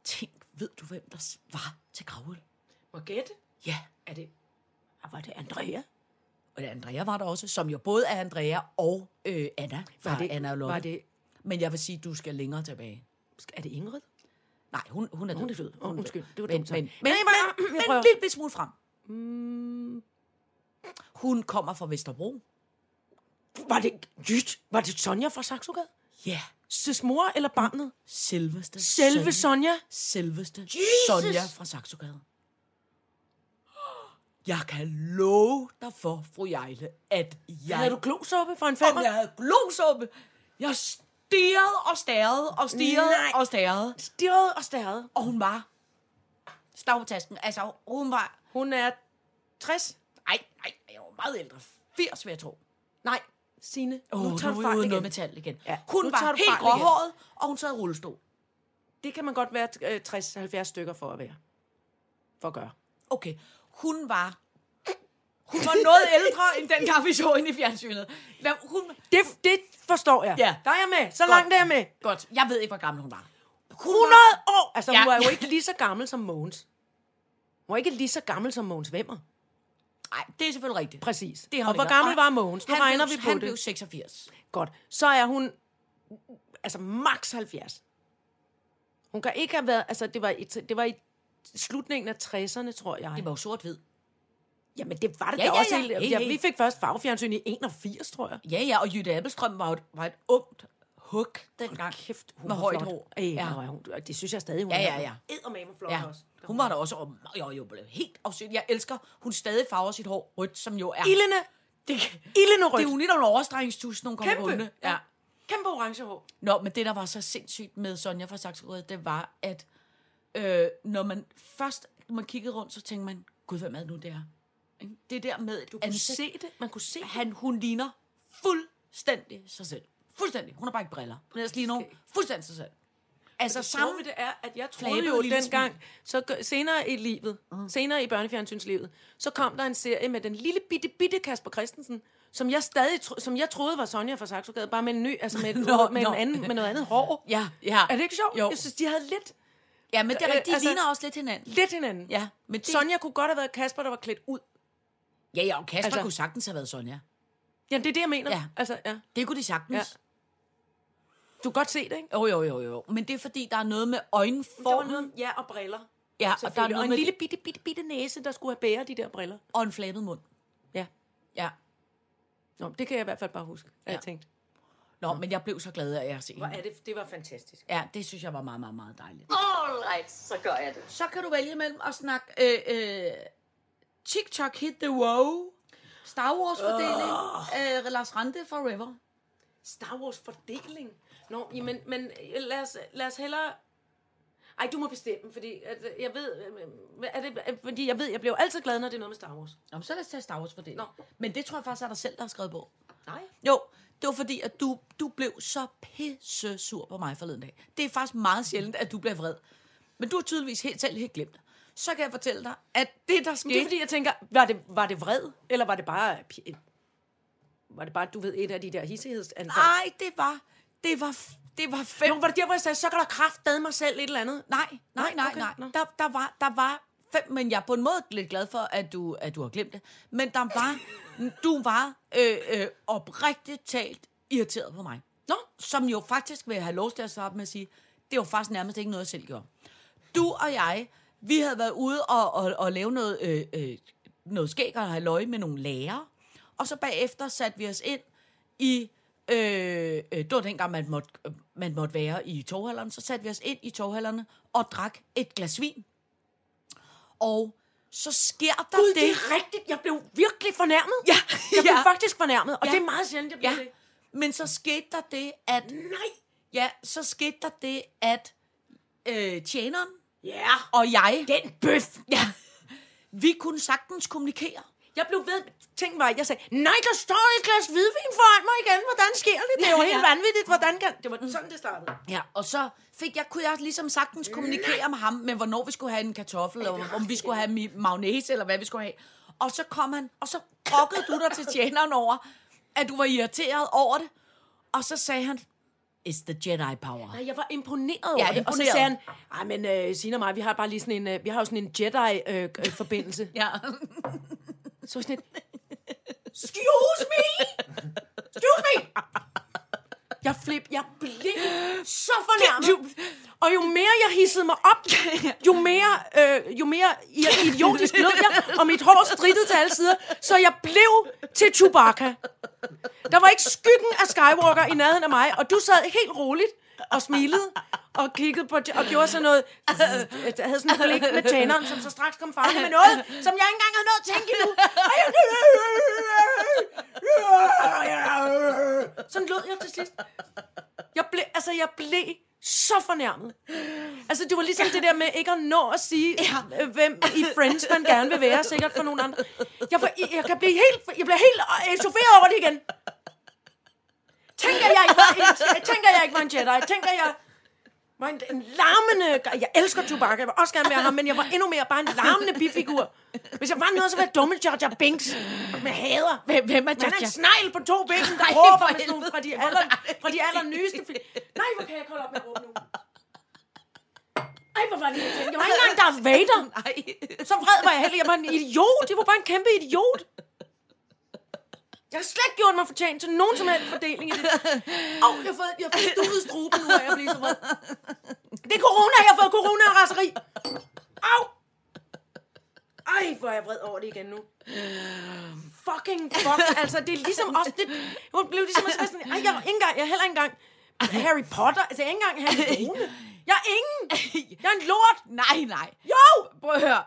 [SPEAKER 4] Tænk, ved du hvem der s- var til gravøl?
[SPEAKER 3] Må gætte?
[SPEAKER 4] Ja,
[SPEAKER 3] Er det... Ah, var det Andrea?
[SPEAKER 4] og Andrea var der også, som jo både er Andrea og øh, Anna. Var,
[SPEAKER 3] det-
[SPEAKER 4] Anna og Lotte.
[SPEAKER 3] var det-
[SPEAKER 4] Men jeg vil sige, du skal længere tilbage.
[SPEAKER 3] Er det Ingrid?
[SPEAKER 4] Nej, hun, hun er død.
[SPEAKER 3] Hun er død. Åh, undskyld. Det var
[SPEAKER 4] men,
[SPEAKER 3] dumt sagt.
[SPEAKER 4] men, men,
[SPEAKER 3] Men-
[SPEAKER 4] men, men,
[SPEAKER 3] men- jeg
[SPEAKER 4] men
[SPEAKER 3] prøver. Mm.
[SPEAKER 4] en lille smule frem. Hun kommer fra Vesterbro.
[SPEAKER 3] Var det... Jyt! Var det Sonja fra Saxogade?
[SPEAKER 4] Ja,
[SPEAKER 3] Søs mor eller barnet?
[SPEAKER 4] selveste
[SPEAKER 3] Selve
[SPEAKER 4] Sonja.
[SPEAKER 3] Sonja?
[SPEAKER 4] Selveste Sonja fra Saxogade. Jeg kan love dig for, fru Jejle, at jeg...
[SPEAKER 3] Havde du glosuppe for en
[SPEAKER 4] om
[SPEAKER 3] femmer?
[SPEAKER 4] jeg havde glosuppe. Jeg stirrede og stærrede og stirrede
[SPEAKER 3] Nej.
[SPEAKER 4] og stærrede.
[SPEAKER 3] Stirret og stærret.
[SPEAKER 4] Og hun var stavtasken. Altså, hun var...
[SPEAKER 3] Hun er 60.
[SPEAKER 4] Nej, nej, jeg var meget ældre. 80, vil jeg tro.
[SPEAKER 3] Nej, Signe.
[SPEAKER 4] Åh,
[SPEAKER 3] nu tager du
[SPEAKER 4] ude
[SPEAKER 3] fejl
[SPEAKER 4] i noget
[SPEAKER 3] igen.
[SPEAKER 4] metal igen.
[SPEAKER 3] Ja,
[SPEAKER 4] Ja, hun
[SPEAKER 3] nu
[SPEAKER 4] var
[SPEAKER 3] tager du
[SPEAKER 4] helt
[SPEAKER 3] fejl igen.
[SPEAKER 4] gråhåret, og hun sad i rullestol.
[SPEAKER 3] Det kan man godt være øh, 60-70 stykker for at være. For at gøre.
[SPEAKER 4] Okay, hun var... Hun var noget ældre, end den gang, vi så hende i fjernsynet. Lad- Hun,
[SPEAKER 3] Det, det forstår jeg.
[SPEAKER 4] Ja.
[SPEAKER 3] Der er jeg med. Så Godt. langt er jeg med.
[SPEAKER 4] godt, jeg ved ikke, hvor gammel hun var.
[SPEAKER 3] 100 år! Altså, ja.
[SPEAKER 4] Ja.
[SPEAKER 3] hun er jo ikke lige så gammel som Mogens. Hun er ikke lige så gammel som Mogens Vemmer.
[SPEAKER 4] Nej, det er selvfølgelig rigtigt.
[SPEAKER 3] Præcis.
[SPEAKER 4] Det har
[SPEAKER 3] og
[SPEAKER 4] vi
[SPEAKER 3] hvor
[SPEAKER 4] da.
[SPEAKER 3] gammel
[SPEAKER 4] Og
[SPEAKER 3] var Mogens? Nu
[SPEAKER 4] han
[SPEAKER 3] regner
[SPEAKER 4] blev,
[SPEAKER 3] vi på
[SPEAKER 4] han
[SPEAKER 3] det.
[SPEAKER 4] blev 86.
[SPEAKER 3] Godt. Så er hun altså maks 70. Hun kan ikke have været... Altså, det var i, det var i slutningen af 60'erne, tror jeg.
[SPEAKER 4] Det var jo sort-hvid.
[SPEAKER 3] Jamen, det var det
[SPEAKER 4] Ja,
[SPEAKER 3] da
[SPEAKER 4] ja,
[SPEAKER 3] også.
[SPEAKER 4] ja.
[SPEAKER 3] helt-
[SPEAKER 4] Helt,
[SPEAKER 3] Ja,
[SPEAKER 4] helt.
[SPEAKER 3] vi fik først farvefjernsyn i 81, tror jeg.
[SPEAKER 4] Ja, ja, og Jytte Appelstrøm var jo et, var et ungt hug dengang.
[SPEAKER 3] Kæft, hun
[SPEAKER 4] med
[SPEAKER 3] var
[SPEAKER 4] højt
[SPEAKER 3] flot.
[SPEAKER 4] hår.
[SPEAKER 3] Ej, ja.
[SPEAKER 4] Ja.
[SPEAKER 3] hun, og det synes jeg stadig, hun
[SPEAKER 4] Ja, ja, ja.
[SPEAKER 3] Eddermame flot
[SPEAKER 4] Ja,
[SPEAKER 3] også.
[SPEAKER 4] hun var der også og, jo, jo, blev helt afsynlig. Jeg elsker, hun stadig farver sit hår rødt, som jo er...
[SPEAKER 3] Ildene,
[SPEAKER 4] det,
[SPEAKER 3] ildene
[SPEAKER 4] det
[SPEAKER 3] rødt.
[SPEAKER 4] er jo lidt af en overstrengstus, nogle kommer
[SPEAKER 3] Kæmpe.
[SPEAKER 4] runde. Ja.
[SPEAKER 3] Kæmpe orange hår.
[SPEAKER 4] Nå, men det, der var så sindssygt med Sonja fra Saxorød, det var, at øh, når man først når man kiggede rundt, så tænkte man, gud, hvem er det nu, det er? Ikke? Det der med et ansigt,
[SPEAKER 3] se det. Man kunne se det.
[SPEAKER 4] han, hun ligner fuldstændig sig selv. Fuldstændig. Hun har bare ikke briller. Men ellers ligner hun fuldstændig sig selv. Altså
[SPEAKER 3] samme
[SPEAKER 4] sammen...
[SPEAKER 3] ved det er, at jeg troede
[SPEAKER 4] flabede
[SPEAKER 3] jo
[SPEAKER 4] lille
[SPEAKER 3] dengang, så g- senere i livet, mm. senere i børnefjernsynslivet, så kom der en serie med den lille bitte, bitte Kasper Christensen, som jeg stadig tro, som jeg troede var Sonja fra Saxogade, bare med en ny, altså med, et,
[SPEAKER 4] Nå,
[SPEAKER 3] med,
[SPEAKER 4] nå.
[SPEAKER 3] En anden, med noget andet hår.
[SPEAKER 4] Ja, ja.
[SPEAKER 3] Er det ikke sjovt?
[SPEAKER 4] Jo.
[SPEAKER 3] Jeg synes, de havde lidt,
[SPEAKER 4] Ja, men det er
[SPEAKER 3] Øh,
[SPEAKER 4] rigtigt. De
[SPEAKER 3] altså-
[SPEAKER 4] ligner også lidt hinanden.
[SPEAKER 3] lidt hinanden.
[SPEAKER 4] Ja, men det...
[SPEAKER 3] Sonja kunne godt have været Kasper, der var klædt ud.
[SPEAKER 4] Ja, ja, og Kasper
[SPEAKER 3] Altså-
[SPEAKER 4] altså... kunne sagtens have været Sonja.
[SPEAKER 3] Jamen, det er det, jeg mener.
[SPEAKER 4] Ja.
[SPEAKER 3] Altså, ja.
[SPEAKER 4] Det kunne de sagtens.
[SPEAKER 3] Ja.
[SPEAKER 4] Ja.
[SPEAKER 3] Du kan godt se det, ikke?
[SPEAKER 4] Jo, jo, jo, jo. Men det er fordi, der er noget med øjenformen.
[SPEAKER 3] noget, ja, og briller.
[SPEAKER 4] Ja, og der er
[SPEAKER 3] og
[SPEAKER 4] noget
[SPEAKER 3] en
[SPEAKER 4] med
[SPEAKER 3] lille bitte, bitte, bitte næse, der skulle have bære de der briller.
[SPEAKER 4] og en flabet mund.
[SPEAKER 3] Ja.
[SPEAKER 4] Ja.
[SPEAKER 3] Nå, det kan jeg i hvert fald bare huske, at ja. jeg
[SPEAKER 4] jeg
[SPEAKER 3] tænkte.
[SPEAKER 4] Nå, men jeg blev så glad af at jeg se hende.
[SPEAKER 3] det, det var fantastisk.
[SPEAKER 4] Ja, det synes jeg var meget, meget, meget dejligt.
[SPEAKER 5] Alright, så gør jeg det.
[SPEAKER 4] Så kan du vælge mellem at snakke øh, øh, TikTok Hit The Wow, Star Wars-fordeling,
[SPEAKER 3] Ah.
[SPEAKER 4] øh, Lars Rante Forever.
[SPEAKER 3] Star Wars fordeling. Nå, jamen, men øh, lad os, lad os hellere... Ej, du må bestemme, fordi at, øh, jeg ved, øh, er det, øh, fordi jeg ved, jeg bliver jo altid glad, når det er noget med Star Wars.
[SPEAKER 4] Nå, men så lad os tage Star Wars-fordeling.
[SPEAKER 3] Nå.
[SPEAKER 4] Men det tror jeg faktisk er dig selv, der har skrevet på.
[SPEAKER 3] Nej.
[SPEAKER 4] Jo, det var fordi, at du, du blev så pisse sur på mig forleden dag. Det er faktisk meget sjældent, at du bliver vred. Men du har tydeligvis helt selv helt glemt det. Så kan jeg fortælle dig, at det, der skete...
[SPEAKER 3] Det er fordi, jeg tænker, var det, var det vred, eller var det bare... pi- øh, Var det bare, du ved, et af de der hisseghedsanfald?
[SPEAKER 4] Nej, det var... Det var... Det var fem...
[SPEAKER 3] Jo, var det der, hvor jeg sagde, så kan der kraftedeme mig selv et eller andet?
[SPEAKER 4] Nej, nej, nej,
[SPEAKER 3] okay,
[SPEAKER 4] nej.
[SPEAKER 3] nå.
[SPEAKER 4] Der, der, var, der var fem, men jeg er på en måde lidt glad for, at du, at du har glemt det. Men der var... Du var øh, øh, oprigtigt talt irriteret på mig. Nå, som jo faktisk vil have lov til at starte med at sige, det var faktisk nærmest ikke noget, jeg selv gjorde. Du og jeg, vi havde været ude og, og, og lave noget, øh, øh, noget skæg og halløj med nogle lærere. Og så bagefter satte vi os ind i... Øh, øh, det var dengang, man måtte, øh, man måtte være i toghallerne. Så satte vi os ind i toghallerne og drak et glas vin. Og så sker der
[SPEAKER 3] Gud, det
[SPEAKER 4] det...
[SPEAKER 3] er rigtigt. Jeg blev virkelig fornærmet.
[SPEAKER 4] Ja,
[SPEAKER 3] Jeg blev
[SPEAKER 4] ja.
[SPEAKER 3] faktisk fornærmet, og
[SPEAKER 4] Ja.
[SPEAKER 3] det er meget sjældent, jeg bliver
[SPEAKER 4] Ja,
[SPEAKER 3] det.
[SPEAKER 4] men så skete der det, at... Nej! Ja, så skete der det, at øh, tjeneren
[SPEAKER 3] Ja.
[SPEAKER 4] og jeg...
[SPEAKER 3] Den bøf.
[SPEAKER 4] Ja, vi kunne sagtens kommunikere.
[SPEAKER 3] Jeg blev ved. Tænk mig, jeg sagde, nej, der står et glas hvidvin foran mig igen. Hvordan sker det? Det er jo
[SPEAKER 4] Ja,
[SPEAKER 3] helt
[SPEAKER 4] ja.
[SPEAKER 3] vanvittigt. Hvordan kan... Det var sådan, det startede.
[SPEAKER 4] Ja, og så fik jeg, kunne jeg ligesom sagtens kommunikere med ham, men hvornår vi skulle have en kartoffel, eller om vi skulle have mi- mayonnaise, eller hvad vi skulle have. Og så kom han, og så brokkede du dig til tjeneren over, at du var irriteret over det. Og så sagde han, it's the Jedi power.
[SPEAKER 3] Nej, jeg var imponeret over det. Og så
[SPEAKER 4] imponeret.
[SPEAKER 3] sagde han, nej, men øh, Sina og mig, vi har bare lige sådan en, øh, vi har jo sådan en Jedi-forbindelse. Øh, forbindelse."
[SPEAKER 4] Ja,
[SPEAKER 3] Så var jeg sådan et, excuse me! Excuse me! Jeg flip, jeg blev så fornærmet. Og jo mere jeg hissede mig op, jo mere, øh, jo mere i- idiotisk blev jeg, og mit hår strittede til alle sider, så jeg blev til Chewbacca. Der var ikke skyggen af Skywalker i nærheden af mig, og du sad helt roligt og smilede og kiggede på og gjorde sådan noget. Jeg havde sådan et blik med tjeneren, som så straks kom farlig med noget, som jeg ikke engang havde nået at tænke endnu. Sådan lød jeg til sidst. Jeg blev, altså, jeg blev så fornærmet. Altså, det var ligesom det der med ikke at nå at sige, ja. hvem i Friends man gerne vil være, sikkert for nogen andre. Jeg, får, jeg kan blive helt, jeg bliver helt øh, chaufferet over det igen. Tænker jeg ikke var en, jeg tænker jeg ikke var en Jedi. Tænker jeg var en, en larmende... Jeg elsker Chewbacca, jeg vil også gerne være ham, men jeg var endnu mere bare en larmende bifigur. Hvis jeg var noget, så var jeg dumme Jar Jar Binks. Men jeg hader.
[SPEAKER 4] hvem, hvem er
[SPEAKER 3] Men han er
[SPEAKER 4] Jaja?
[SPEAKER 3] en snegl på to ben, der
[SPEAKER 4] Nej,
[SPEAKER 3] råber
[SPEAKER 4] for
[SPEAKER 3] med sådan nogle fra de,
[SPEAKER 4] helvede.
[SPEAKER 3] aller, fra de allernyeste film. Nej, hvor kan jeg ikke holde op med at råbe nu? Ej, hvor var det? irriterende. Jeg var ikke engang Darth Vader.
[SPEAKER 8] Nej.
[SPEAKER 3] Så vred var jeg heller. Jeg var en idiot. Jeg var bare en kæmpe idiot. Jeg har slet ikke gjort mig fortjent til nogen som helst fordeling i det. Åh, oh, jeg har fået, jeg har fået studet struben nu, og jeg bliver så vred. Det er corona, jeg har fået corona og raseri. Au! Ej, hvor er jeg vred over det igen nu. Fucking fuck. Altså, det er ligesom også... Det, jeg blev ligesom også sådan... Ej, jeg var ikke engang... Jeg er heller ikke engang Harry Potter. Altså, jeg er ikke engang Harry Corona. Jeg er ingen. Jeg er en lort.
[SPEAKER 4] Nej, nej.
[SPEAKER 3] Jo!
[SPEAKER 4] Prøv at høre.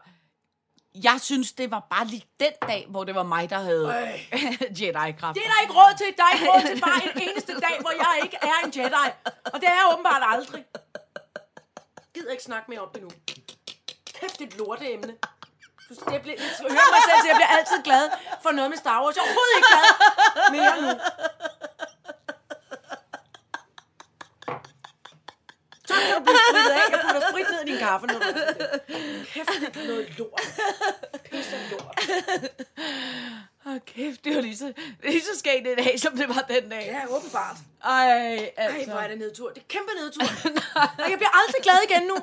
[SPEAKER 4] Jeg synes, det var bare lige den dag, hvor det var mig, der havde Jedi-kraft.
[SPEAKER 3] Det er der ikke råd til. Der er ikke råd til bare en eneste dag, hvor jeg ikke er en Jedi. Og det er jeg åbenbart aldrig. Jeg gider ikke snakke mere om det nu. Kæft, det er et lorteemne. Jeg, bliver, jeg hører mig selv, så jeg bliver altid glad for noget med Star Wars. Jeg er overhovedet ikke glad mere nu. Så kan du blive spritet af. Jeg putter sprit ned i din kaffe nu. Kæft, det er noget lort. Pisse lort.
[SPEAKER 4] Åh, kæft, det var lige så, lige så skægt i dag, som det var den dag.
[SPEAKER 3] Ja, åbenbart.
[SPEAKER 4] Ej,
[SPEAKER 3] Ej,
[SPEAKER 4] altså.
[SPEAKER 3] hvor er det nedtur. Det er kæmpe nedtur. Og jeg bliver aldrig glad igen nu.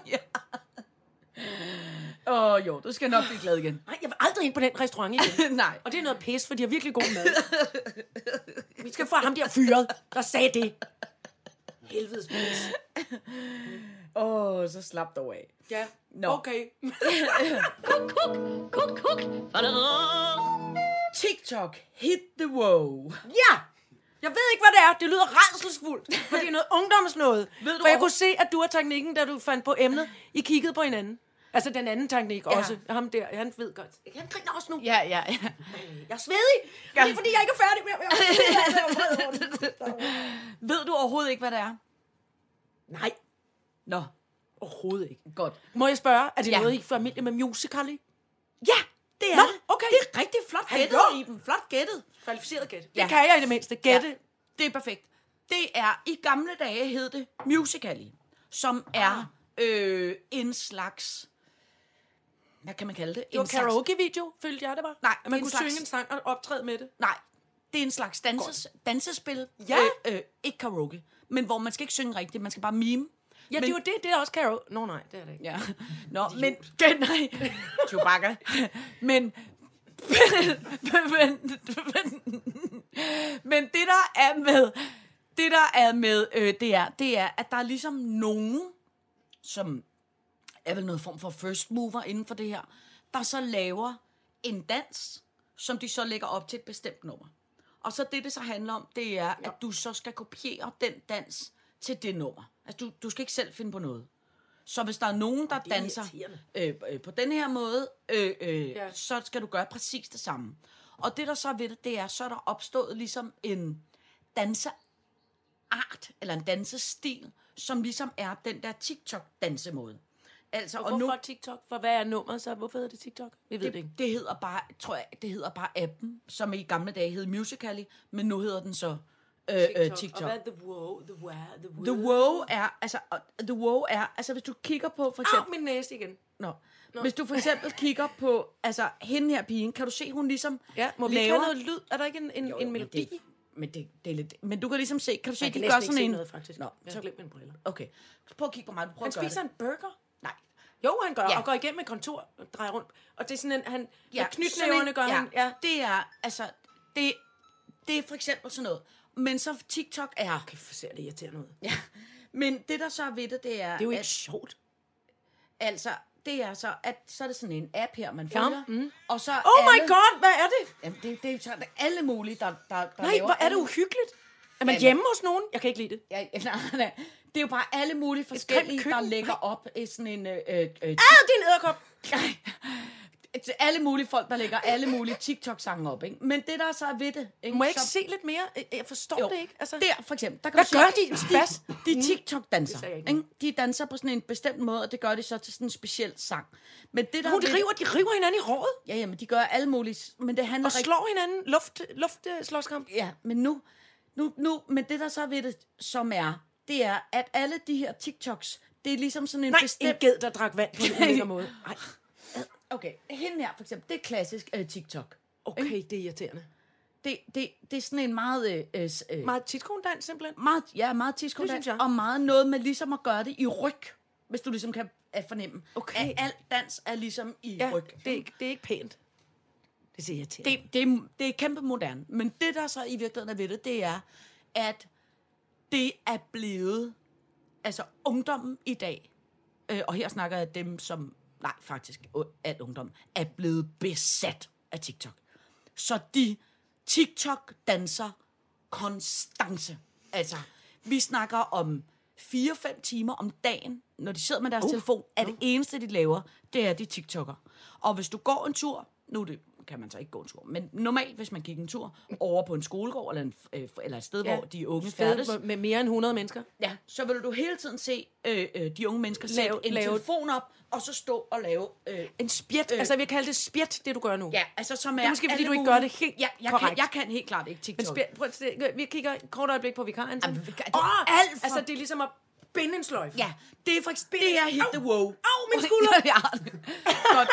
[SPEAKER 4] Åh, oh, jo, du skal nok blive glad igen.
[SPEAKER 3] Nej, jeg vil aldrig ind på den restaurant igen.
[SPEAKER 4] nej.
[SPEAKER 3] Og det er noget pis, for de har virkelig god mad. Vi skal få ham der fyret, der sagde det. Helvedes pis.
[SPEAKER 4] Åh, oh, så slap dog af.
[SPEAKER 3] Ja,
[SPEAKER 4] Nå.
[SPEAKER 3] okay.
[SPEAKER 4] TikTok, hit the wow.
[SPEAKER 3] Ja! Jeg ved ikke, hvad det er. Det lyder redselsfuldt, for det er noget ungdomsnået.
[SPEAKER 4] Ved du
[SPEAKER 3] for jeg
[SPEAKER 4] over-
[SPEAKER 3] kunne se, at du og teknikken, da du fandt på emnet, I kiggede på hinanden. Altså den anden teknik ja. også. Ham der, han ved godt. Han griner også nu.
[SPEAKER 4] Ja, ja, ja.
[SPEAKER 3] Jeg er svedig. Ja. Det er fordi, jeg ikke er færdig med. Jeg er svedig, altså, jeg er vred over det.
[SPEAKER 4] Ved du overhovedet ikke, hvad det er?
[SPEAKER 3] Nej,
[SPEAKER 4] Nå,
[SPEAKER 3] overhovedet ikke.
[SPEAKER 4] godt.
[SPEAKER 3] Må jeg spørge, er det
[SPEAKER 4] Ja.
[SPEAKER 3] ja. noget, I er familie med musical i?
[SPEAKER 4] Ja, det er
[SPEAKER 3] Nå,
[SPEAKER 4] det.
[SPEAKER 3] okay.
[SPEAKER 4] Det er rigtig flot
[SPEAKER 3] Hallo.
[SPEAKER 4] gættet, Iben. Flot gættet.
[SPEAKER 3] Kvalificeret gæt. Det
[SPEAKER 4] Ja.
[SPEAKER 3] kan jeg i det mindste. Gætte. Ja.
[SPEAKER 4] Det er perfekt. Det er, i gamle dage hed det Musical.ly, som
[SPEAKER 3] Ah.
[SPEAKER 4] er øh, en slags, hvad kan man kalde det?
[SPEAKER 3] Det var karaoke-video, følte jeg det var.
[SPEAKER 4] Nej,
[SPEAKER 3] At man
[SPEAKER 4] en
[SPEAKER 3] kunne
[SPEAKER 4] slags-
[SPEAKER 3] synge en sang og optræde med det.
[SPEAKER 4] Nej, det er en slags danses, dansespil.
[SPEAKER 3] Ja.
[SPEAKER 4] Øh, øh, ikke karaoke, men hvor man skal ikke synge rigtigt, man skal bare mime.
[SPEAKER 3] Ja, men, det
[SPEAKER 4] Men-
[SPEAKER 3] var det. Det er også karaoke. Nå nej, det er det ikke.
[SPEAKER 4] Ja. Nå, men den nej. Chewbacca. men, men, men, men det der er med, det der er med, øh, det er, det er, at der er ligesom nogen, som er vel noget form for first mover inden for det her, der så laver en dans, som de så lægger op til et bestemt nummer. Og så det, det så handler om, det er, ja. at du så skal kopiere den dans til det nummer. Altså, du, du skal ikke selv finde på noget. Så hvis der er nogen, der
[SPEAKER 3] er
[SPEAKER 4] danser
[SPEAKER 3] irriterende.
[SPEAKER 4] øh, øh, på den her måde, øh, øh,
[SPEAKER 3] Ja.
[SPEAKER 4] ja. så skal du gøre præcis det samme. Og det, der så er ved det, det er, så er der opstået ligesom en danseart, eller en dansestil, som ligesom er den der TikTok-dansemåde. Altså,
[SPEAKER 3] Og hvorfor nu... TikTok? For hvad er nummeret så? Hvorfor hedder det TikTok? Vi ved det, det ikke.
[SPEAKER 4] det, det hedder bare, tror jeg, det hedder bare appen, som i gamle dage hed Musical.ly, men nu hedder den så øh, TikTok. Øh, TikTok.
[SPEAKER 3] Og hvad er the wow? The wow? The wow?
[SPEAKER 4] The wow er, altså, og the wow er, altså hvis du kigger på, for
[SPEAKER 3] Au,
[SPEAKER 4] eksempel,
[SPEAKER 3] min næse igen.
[SPEAKER 4] no. hvis du for eksempel kigger på, altså hende her pigen, kan du se, hun ligesom
[SPEAKER 3] Ja, må vi ikke
[SPEAKER 4] laver,
[SPEAKER 3] have noget lyd? Er der ikke en, en, jo, en melodi?
[SPEAKER 4] Men, det, men, det, det er lidt, men du kan ligesom se, kan du se,
[SPEAKER 3] Jeg
[SPEAKER 4] de
[SPEAKER 3] kan
[SPEAKER 4] gør
[SPEAKER 3] næsten ikke
[SPEAKER 4] sådan
[SPEAKER 3] se
[SPEAKER 4] en,
[SPEAKER 3] noget, faktisk.
[SPEAKER 4] Nå,
[SPEAKER 3] jeg
[SPEAKER 4] så-
[SPEAKER 3] har glemt mine briller.
[SPEAKER 4] okay, prøv at kigge på mig, prøv
[SPEAKER 3] Han
[SPEAKER 4] at gøre
[SPEAKER 3] spiser
[SPEAKER 4] det.
[SPEAKER 3] en burger.
[SPEAKER 4] Nej,
[SPEAKER 3] Jo, han gør,
[SPEAKER 4] Ja.
[SPEAKER 3] og går igennem et kontor og drejer rundt. Og det er sådan en, han, ja,
[SPEAKER 4] Ja,
[SPEAKER 3] med knytnæverne gør
[SPEAKER 4] sådan en-
[SPEAKER 3] han. Ja.
[SPEAKER 4] Det er, altså, det, det er for eksempel sådan noget. Men så TikTok er...
[SPEAKER 3] Okay, for ser det irriterende ud.
[SPEAKER 4] Ja. Men det, der så er ved det, det er...
[SPEAKER 3] Det er jo ikke sjovt.
[SPEAKER 4] At, altså, det er så, at så er det sådan en app her, man følger. Mm. Og så
[SPEAKER 3] Oh
[SPEAKER 4] alle,
[SPEAKER 3] my god, hvad er det?
[SPEAKER 4] Jamen, det, det er sådan alle mulige, der, der, der
[SPEAKER 3] Nej,
[SPEAKER 4] laver
[SPEAKER 3] hvor er det
[SPEAKER 4] alle-
[SPEAKER 3] uhyggeligt. Er man
[SPEAKER 4] Jamen.
[SPEAKER 3] hjemme hos nogen? Jeg kan ikke lide det.
[SPEAKER 4] Ja, ja, nej, nej. Det er jo bare alle mulige forskellige, der
[SPEAKER 3] køkken.
[SPEAKER 4] lægger op i sådan en... Øh, øh, øh,
[SPEAKER 3] Ah, det er en æderkop.
[SPEAKER 4] til alle mulige folk, der lægger alle mulige TikTok-sange op, ikke? Men det, der så er ved det... Ikke?
[SPEAKER 3] Må jeg ikke
[SPEAKER 4] så,
[SPEAKER 3] se lidt mere? Jeg- Jeg forstår
[SPEAKER 4] Jo.
[SPEAKER 3] det ikke. Altså,
[SPEAKER 4] Der, for eksempel, der kan
[SPEAKER 3] Hvad
[SPEAKER 4] du se-
[SPEAKER 3] gør de? Spas?
[SPEAKER 4] De TikTok-danser.
[SPEAKER 3] Det sagde jeg ikke.
[SPEAKER 4] ikke? De danser på sådan en bestemt måde, og det gør de så til sådan en speciel sang. Men det, der
[SPEAKER 3] Hun,
[SPEAKER 4] er
[SPEAKER 3] de
[SPEAKER 4] ved-
[SPEAKER 3] river, de river hinanden i håret
[SPEAKER 4] Ja, ja, men de gør alle mulige... Men det handler
[SPEAKER 3] og slår hinanden. Luft, luft øh, slåskamp.
[SPEAKER 4] Ja, men nu, nu, nu... Men det, der så er ved det, som er, det er, at alle de her TikToks, det er ligesom sådan en
[SPEAKER 3] Nej, en
[SPEAKER 4] bestemt...
[SPEAKER 3] ged, der drak vand på en ulækker måde. Ej,
[SPEAKER 4] Okay, hende her for eksempel, det er klassisk uh, TikTok.
[SPEAKER 3] okay, det er irriterende.
[SPEAKER 4] Det, det, det er sådan en meget... Øh, øh, s- øh,
[SPEAKER 3] Meget titkondans, simpelthen.
[SPEAKER 4] meget, ja, meget tidskondans,
[SPEAKER 3] synes jeg.
[SPEAKER 4] og meget noget med ligesom at gøre det i ryg. hvis du ligesom kan at fornemme.
[SPEAKER 3] Okay.
[SPEAKER 4] At alt dans er ligesom i
[SPEAKER 3] Ja,
[SPEAKER 4] ryg.
[SPEAKER 3] det, er ikke- det er ikke pænt. Det siger jeg til. Det,
[SPEAKER 4] Det, det, er, det er kæmpe moderne. Men det, der så i virkeligheden er ved det, det er, at det er blevet... Altså, ungdommen i dag, øh, og her snakker jeg dem, som... Nej, faktisk, u- al ungdom er blevet besat af TikTok. Så de TikTok-danser konstance. Altså, vi snakker om 4-5 timer om dagen, når de sidder med deres uh, telefon, er det eneste, de laver, det er, de TikToker. Og hvis du går en tur, nu er det, kan man så ikke gå en tur, men normalt, hvis man gik en tur over på en skolegård eller, en, f- øh, f- eller et sted, ja. hvor de unge færdes,
[SPEAKER 3] med, med mere end 100 mennesker.
[SPEAKER 4] ja, så vil du hele tiden se øh, øh, de unge mennesker sætte
[SPEAKER 3] Lave-
[SPEAKER 4] en
[SPEAKER 3] lave-
[SPEAKER 4] telefon op, og så stå og lave... Øh,
[SPEAKER 3] En spjæt. Øh. Altså, jeg vil kalde det spjæt, det du gør nu.
[SPEAKER 4] ja, altså som er...
[SPEAKER 3] Det er måske, fordi
[SPEAKER 4] alle
[SPEAKER 3] du ikke gør
[SPEAKER 4] mulige-
[SPEAKER 3] det helt
[SPEAKER 4] ja, jeg
[SPEAKER 3] korrekt.
[SPEAKER 4] Kan, jeg kan helt klart ikke TikTok.
[SPEAKER 3] Men spjæt, prøv, at se, vi kigger et kort øjeblik på vikaren. Åh,
[SPEAKER 4] Jamen, vi kan- det er alt for-
[SPEAKER 3] Altså, det er ligesom at binde en sløjf.
[SPEAKER 4] Ja, det er for eksempel... Det er helt the wow.
[SPEAKER 3] Au, min skulder!
[SPEAKER 4] ja. Godt.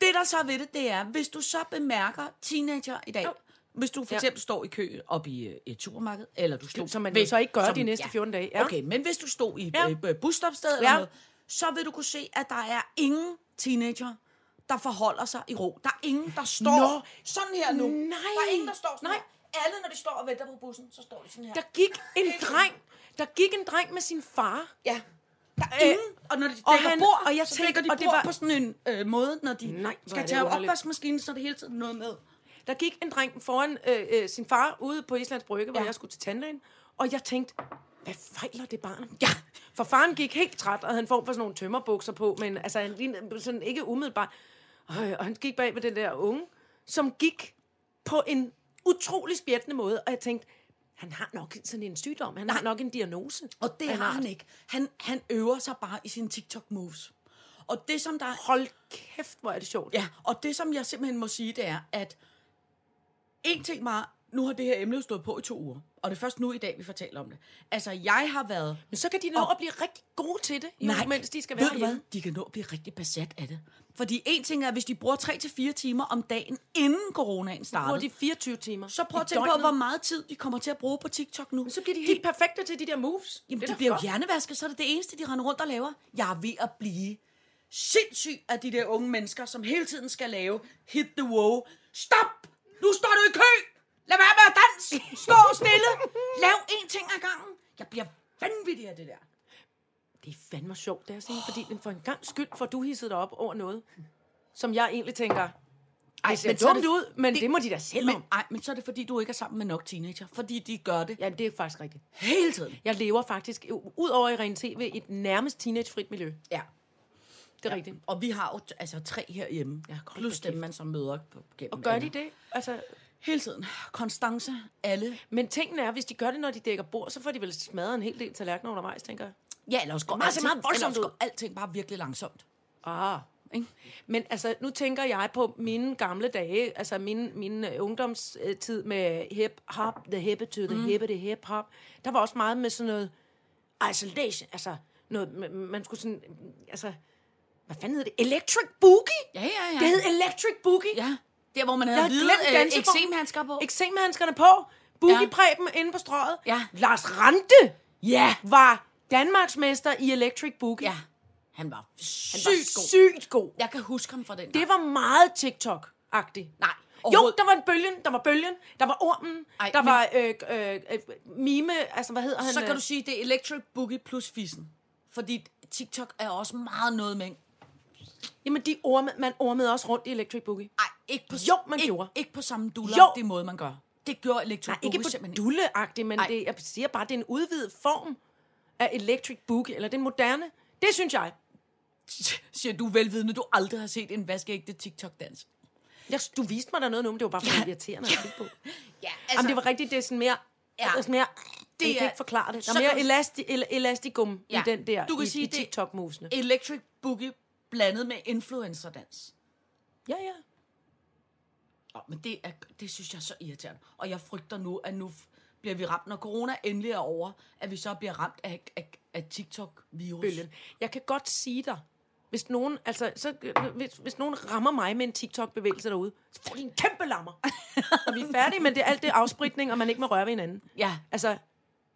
[SPEAKER 4] Det, der så er ved det, det er, hvis du så bemærker teenager i dag, hvis du for
[SPEAKER 3] Ja.
[SPEAKER 4] eksempel står i kø op i øh, et supermarked, eller du stod...
[SPEAKER 3] som man jo så ikke gør de næste 14 dage, ja.
[SPEAKER 4] Okay, men hvis du stod i
[SPEAKER 3] Ja.
[SPEAKER 4] ja. busstopstedet eller
[SPEAKER 3] Ja.
[SPEAKER 4] noget, så vil du kunne se, at der er ingen teenager, der forholder sig i ro. Der er ingen, der står
[SPEAKER 3] Nå.
[SPEAKER 4] sådan her nu.
[SPEAKER 3] Nej.
[SPEAKER 4] Der er ingen, der står sådan
[SPEAKER 3] Nej.
[SPEAKER 4] Nej. her. Alle, når de står og venter på bussen, så står de sådan her.
[SPEAKER 3] Der gik en dreng, der gik en dreng med sin far.
[SPEAKER 4] Ja. Der er
[SPEAKER 3] Øh,
[SPEAKER 4] ingen, og når de
[SPEAKER 3] og
[SPEAKER 4] dækker
[SPEAKER 3] han-
[SPEAKER 4] bord,
[SPEAKER 3] og jeg
[SPEAKER 4] så
[SPEAKER 3] tænker-
[SPEAKER 4] dækker de
[SPEAKER 3] og det
[SPEAKER 4] bord
[SPEAKER 3] var-
[SPEAKER 4] på sådan en øh, måde, når de
[SPEAKER 3] Nej, hvor er
[SPEAKER 4] skal
[SPEAKER 3] det
[SPEAKER 4] tage
[SPEAKER 3] underligt.
[SPEAKER 4] opvaskemaskinen, så er det hele tiden noget med.
[SPEAKER 3] Der gik en dreng foran øh, øh, sin far ude på Islands Brygge, hvor ja.
[SPEAKER 4] Ja.
[SPEAKER 3] jeg skulle til tandlægen. Og jeg tænkte, hvad fejler det barn?
[SPEAKER 4] Ja.
[SPEAKER 3] For faren gik helt træt, og han får for sådan nogle tømmerbukser på, men altså, han lignede sådan ikke umiddelbart. Og, og han gik bag ved den der unge, som gik på en utrolig spjættende måde, og jeg tænkte, han har nok sådan en sygdom, han har nok en diagnose.
[SPEAKER 4] Og det
[SPEAKER 3] af en
[SPEAKER 4] har
[SPEAKER 3] art.
[SPEAKER 4] han ikke. Han, han øver sig bare i sine TikTok-moves. Og det, som der er
[SPEAKER 3] Hold kæft, hvor er det sjovt.
[SPEAKER 4] Ja, og det som jeg simpelthen må sige, det er, at en ting var, nu har det her emne jo stået på i to uger, og det er først nu i dag, vi fortæller om det. Altså, jeg har været...
[SPEAKER 3] Men så kan de nå
[SPEAKER 4] Og-
[SPEAKER 3] at blive rigtig gode til det, jo, mens de skal være
[SPEAKER 4] ved du hvad?
[SPEAKER 3] hjemme.
[SPEAKER 4] De kan nå at blive rigtig besat af det. Fordi en ting er, hvis de bruger 3-4 timer om dagen, inden coronaen
[SPEAKER 3] Bruger
[SPEAKER 4] startede,
[SPEAKER 3] de 24 timer.
[SPEAKER 4] så prøv at
[SPEAKER 3] i
[SPEAKER 4] tænke på,
[SPEAKER 3] døgnet.
[SPEAKER 4] hvor meget tid de kommer til at bruge på TikTok nu.
[SPEAKER 3] Men så bliver de helt perfekte til de der moves.
[SPEAKER 4] Jamen,
[SPEAKER 3] Det er
[SPEAKER 4] de
[SPEAKER 3] da
[SPEAKER 4] bliver jo
[SPEAKER 3] flot.
[SPEAKER 4] hjernevasket, så er det det eneste, de render rundt og laver. Jeg er ved at blive sindssyg af de der unge mennesker, som hele tiden skal lave hit the wow. Stop! Nu står du i kø! Lad være med at danse! Stå stille! Lav én ting ad gangen! Jeg bliver vanvittig af det der.
[SPEAKER 3] Det er fandme sjovt, det er sådan, fordi den for en gang skyld får du hisset dig op over noget, som jeg egentlig tænker,
[SPEAKER 4] Ej,
[SPEAKER 3] det ser dumt ud, men det, det må de da selv
[SPEAKER 4] Men,
[SPEAKER 3] om.
[SPEAKER 4] ej, men så er det fordi, du ikke er sammen med nok teenager. Fordi de gør det
[SPEAKER 3] Ja, det er faktisk rigtigt.
[SPEAKER 4] hele tiden.
[SPEAKER 3] Jeg lever faktisk, u- ud over i Ren TV, et nærmest teenagefrit miljø.
[SPEAKER 4] Ja.
[SPEAKER 3] Det er ja. rigtigt.
[SPEAKER 4] Og vi har jo t- altså, tre herhjemme. Ja,
[SPEAKER 3] hold
[SPEAKER 4] plus
[SPEAKER 3] da kæft.
[SPEAKER 4] dem, man så møder på, gennem
[SPEAKER 3] Og gør de
[SPEAKER 4] alle.
[SPEAKER 3] det? Altså,
[SPEAKER 4] Hele tiden. Konstance, alle
[SPEAKER 3] men tingen er, hvis de gør det, når de dækker bord, så får de vel smadret en hel del tallerkener undervejs, tænker jeg.
[SPEAKER 4] Ja, eller også går,
[SPEAKER 3] meget- ser
[SPEAKER 4] alting,
[SPEAKER 3] meget voldsomt
[SPEAKER 4] eller også
[SPEAKER 3] ud.
[SPEAKER 4] går alting bare virkelig langsomt.
[SPEAKER 3] Ah.
[SPEAKER 4] Ikke?
[SPEAKER 3] Men altså, nu tænker jeg på mine gamle dage, altså min, min øh, ungdomstid med hip hop, the hip to the mm. hip, the hip hop. Der var også meget med sådan noget isolation, altså noget, man- man skulle sådan, altså, hvad fanden hed det? Electric Boogie?
[SPEAKER 4] Ja, ja, ja.
[SPEAKER 3] Det hed Electric Boogie.
[SPEAKER 4] Ja. Der, hvor man
[SPEAKER 3] Jeg
[SPEAKER 4] havde
[SPEAKER 3] har
[SPEAKER 4] hvide
[SPEAKER 3] glemt
[SPEAKER 4] øh,
[SPEAKER 3] danseformen.
[SPEAKER 4] eksemhandsker på.
[SPEAKER 3] Eksemhandskerne på, Boogie
[SPEAKER 4] Ja.
[SPEAKER 3] Preben inde på strøget.
[SPEAKER 4] Ja.
[SPEAKER 3] Lars Rante
[SPEAKER 4] Ja.
[SPEAKER 3] var Danmarksmester i Electric Boogie.
[SPEAKER 4] Ja. Han var sygt
[SPEAKER 3] Han
[SPEAKER 4] var
[SPEAKER 3] var
[SPEAKER 4] god.
[SPEAKER 3] sygt god.
[SPEAKER 4] Jeg kan huske ham fra den gang.
[SPEAKER 3] Det var meget TikTok-agtigt.
[SPEAKER 4] Nej,
[SPEAKER 3] Jo,
[SPEAKER 4] overhovedet.
[SPEAKER 3] der var en bølgen, der var bølgen, der var ormen, Ej,
[SPEAKER 4] Ej,
[SPEAKER 3] der
[SPEAKER 4] men-
[SPEAKER 3] var øh, øh, øh, mime, altså hvad hedder han?
[SPEAKER 4] Så
[SPEAKER 3] øh,
[SPEAKER 4] kan du sige, det er Electric Boogie plus fissen. Fordi TikTok er også meget noget med...
[SPEAKER 3] Jamen, de orme, man ormede også rundt i Electric Boogie.
[SPEAKER 4] Nej, ikke på,
[SPEAKER 3] Jo, man
[SPEAKER 4] ikke,
[SPEAKER 3] gjorde.
[SPEAKER 4] Ikke på samme
[SPEAKER 3] Jo.
[SPEAKER 4] duller, det måde, man gør. Det gjorde Electric
[SPEAKER 3] Nej,
[SPEAKER 4] Boogie
[SPEAKER 3] ikke på
[SPEAKER 4] simpelthen
[SPEAKER 3] dulleagtigt, men
[SPEAKER 4] Ej.
[SPEAKER 3] det, jeg siger bare, det er en udvidet form af Electric Boogie, eller den moderne. Det synes jeg.
[SPEAKER 4] Siger du velvidende, du aldrig har set en vaskeægte TikTok-dans.
[SPEAKER 3] jeg du viste mig der noget nu, men det var bare for ja. irriterende at kigge på. Altså,
[SPEAKER 4] Ja,
[SPEAKER 3] Jamen, det var rigtigt, det er sådan mere... Ja.
[SPEAKER 4] Ja.
[SPEAKER 3] Det er sådan mere det jeg
[SPEAKER 4] er-
[SPEAKER 3] kan ikke forklare det. Der
[SPEAKER 4] så
[SPEAKER 3] er mere
[SPEAKER 4] kan du-
[SPEAKER 3] elasti, el, elastikum ja.
[SPEAKER 4] Ja.
[SPEAKER 3] i den der,
[SPEAKER 4] Du kan
[SPEAKER 3] i,
[SPEAKER 4] sige,
[SPEAKER 3] i
[SPEAKER 4] det-
[SPEAKER 3] TikTok-musene.
[SPEAKER 4] Electric Boogie blandet med influencerdans.
[SPEAKER 3] Ja, ja.
[SPEAKER 4] Nå, men det, er, det synes jeg er så irriterende. Og jeg frygter nu, at nu f- bliver vi ramt, når corona endelig er over, at vi så bliver ramt af, af, af TikTok-virus.
[SPEAKER 3] bølgen. Jeg kan godt sige dig, hvis nogen, altså, så, hvis, hvis nogen rammer mig med en TikTok-bevægelse derude, så får de en kæmpe lammer. og vi er færdige, men det er alt det afspritning, og man ikke må røre ved hinanden.
[SPEAKER 4] Ja,
[SPEAKER 3] Altså,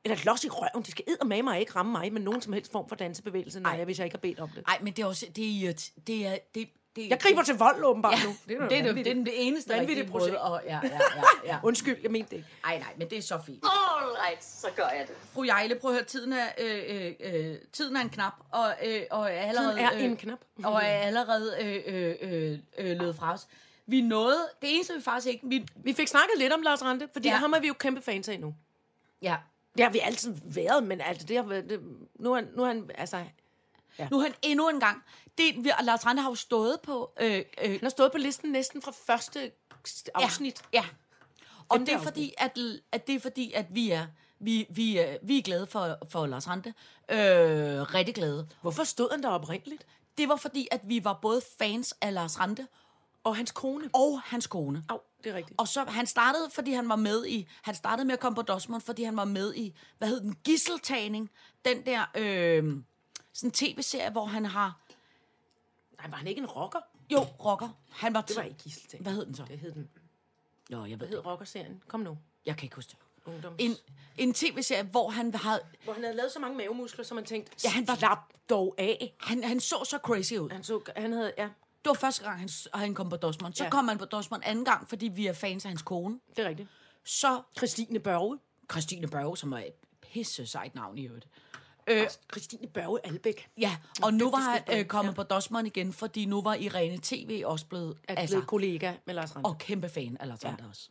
[SPEAKER 3] Eller los i røven. De skal med mig ikke ramme mig med nogen som helst form for dansebevægelse, nej, hvis jeg ikke har bedt om det.
[SPEAKER 4] Nej, men det er også... Det er irrit. Det er... Det, det,
[SPEAKER 3] Jeg griber til vold åbenbart
[SPEAKER 4] Ja,
[SPEAKER 3] nu.
[SPEAKER 4] det, er det, det, det, det, er den eneste
[SPEAKER 3] Vanvittigt
[SPEAKER 4] rigtige måde.
[SPEAKER 3] projekt.
[SPEAKER 4] Og, ja, ja, ja, ja.
[SPEAKER 3] Undskyld, jeg mente det ikke.
[SPEAKER 4] Ej, nej, men det er så fint.
[SPEAKER 5] Alright, så gør jeg det.
[SPEAKER 4] Fru Jejle, prøv at høre, tiden er, øh, øh, øh, tiden er en knap, og, øh, og er allerede...
[SPEAKER 3] Tiden er en knap.
[SPEAKER 4] Øh, og er allerede øh, øh, øh, øh, lød fra os. Vi nåede... Det eneste, vi faktisk ikke... Vi,
[SPEAKER 3] Vi fik snakket lidt om Lars Rante, fordi
[SPEAKER 4] Ja.
[SPEAKER 3] ja. ham er vi jo kæmpe fans af nu.
[SPEAKER 4] ja.
[SPEAKER 3] Det har vi altid været, men altså, det har været, det, nu er han, nu er han, altså, han
[SPEAKER 4] Nu er han endnu en gang... Det, vi, og Lars Rande har jo stået på... Øh, øh,
[SPEAKER 3] har stået på listen næsten fra første afsnit. Ja.
[SPEAKER 4] Ja. Og det er
[SPEAKER 3] afsnit.
[SPEAKER 4] fordi, at, at det er fordi, at vi er... Vi, vi, er, vi er glade for, for Lars Rante. Øh, rigtig glade.
[SPEAKER 3] Hvorfor stod han der oprindeligt?
[SPEAKER 4] Det var fordi, at vi var både fans af Lars Rante
[SPEAKER 3] Og hans kone.
[SPEAKER 4] og hans kone.
[SPEAKER 3] Au, det er rigtigt.
[SPEAKER 4] Og så, han startede, fordi han var med i, han startede med at komme på Dosmond, fordi han var med i, hvad hed den, Gisseltagning, den der, øh, sådan tv-serie, hvor han har,
[SPEAKER 3] Nej, var han ikke en rocker?
[SPEAKER 4] jo, rocker, han var,
[SPEAKER 3] Det var ikke Gisseltag.
[SPEAKER 4] hvad hed den så?
[SPEAKER 3] Det hed den.
[SPEAKER 4] Jo, jeg ved
[SPEAKER 3] Hvad hed
[SPEAKER 4] det,
[SPEAKER 3] rockerserien? Kom nu.
[SPEAKER 4] jeg kan ikke huske det.
[SPEAKER 3] Ungdoms.
[SPEAKER 4] En, en tv-serie, hvor han havde,
[SPEAKER 3] Hvor han havde lavet så mange mavemuskler, som man tænkte,
[SPEAKER 4] Ja, han var-
[SPEAKER 3] slap dog af.
[SPEAKER 4] han, han så så crazy ud.
[SPEAKER 3] Han, så, han havde, ja,
[SPEAKER 4] Det var første gang, han, s- han kom på Dosmond. Så
[SPEAKER 3] Ja.
[SPEAKER 4] kom han på Dosmond anden gang, fordi vi er fans af hans kone.
[SPEAKER 3] det er rigtigt.
[SPEAKER 4] Så
[SPEAKER 3] Christine Børge.
[SPEAKER 4] Christine Børge, som er et pisse sejt navn i øvrigt.
[SPEAKER 3] Christine Børge Albæk.
[SPEAKER 4] Ja, og nu var
[SPEAKER 3] dygtig
[SPEAKER 4] han øh,
[SPEAKER 3] skuespiller.
[SPEAKER 4] kommet ja. på Dosmond igen, fordi nu var Irene TV også blevet,
[SPEAKER 3] Er
[SPEAKER 4] altså,
[SPEAKER 3] blevet kollega med Lars Rand.
[SPEAKER 4] og kæmpe fan af Lars ja. også.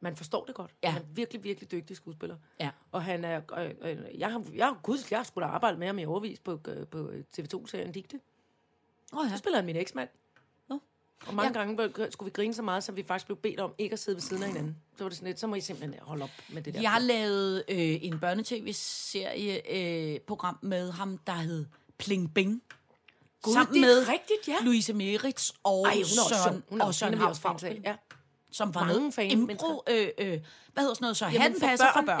[SPEAKER 3] Man forstår det godt.
[SPEAKER 4] Ja.
[SPEAKER 3] Han er virkelig, virkelig dygtig skuespiller.
[SPEAKER 4] Ja.
[SPEAKER 3] Og han er... Øh, øh, jeg, har, jeg, har- gud, jeg har sgu da arbejdet med ham i overvis på, øh, på TV2-serien Digte.
[SPEAKER 4] Åh oh,
[SPEAKER 3] Så
[SPEAKER 4] ja.
[SPEAKER 3] spiller han min eksmand.
[SPEAKER 4] Nå.
[SPEAKER 3] Og mange ja. gange var- skulle vi grine så meget, så vi faktisk blev bedt om ikke at sidde ved siden af hinanden. Så var det sådan lidt, så må I simpelthen holde op med det der.
[SPEAKER 4] Jeg lavede øh, en børnetv-serie øh, program med ham, der hed Pling Bing.
[SPEAKER 3] Gud,
[SPEAKER 4] sammen
[SPEAKER 3] det er
[SPEAKER 4] med
[SPEAKER 3] rigtigt, ja.
[SPEAKER 4] Louise Merits og
[SPEAKER 3] Ej, hun er også
[SPEAKER 4] Søren,
[SPEAKER 3] sjov. Hun er
[SPEAKER 4] og
[SPEAKER 3] også
[SPEAKER 4] Søren
[SPEAKER 3] hende, vi er også fans
[SPEAKER 4] Hausgaard,
[SPEAKER 3] af. Ja.
[SPEAKER 4] som var
[SPEAKER 3] Mange
[SPEAKER 4] med
[SPEAKER 3] fan-
[SPEAKER 4] impro, øh, øh, hvad hedder sådan noget så?
[SPEAKER 3] Jamen,
[SPEAKER 4] Hatten
[SPEAKER 3] for
[SPEAKER 4] passer for
[SPEAKER 3] børn,
[SPEAKER 4] børn.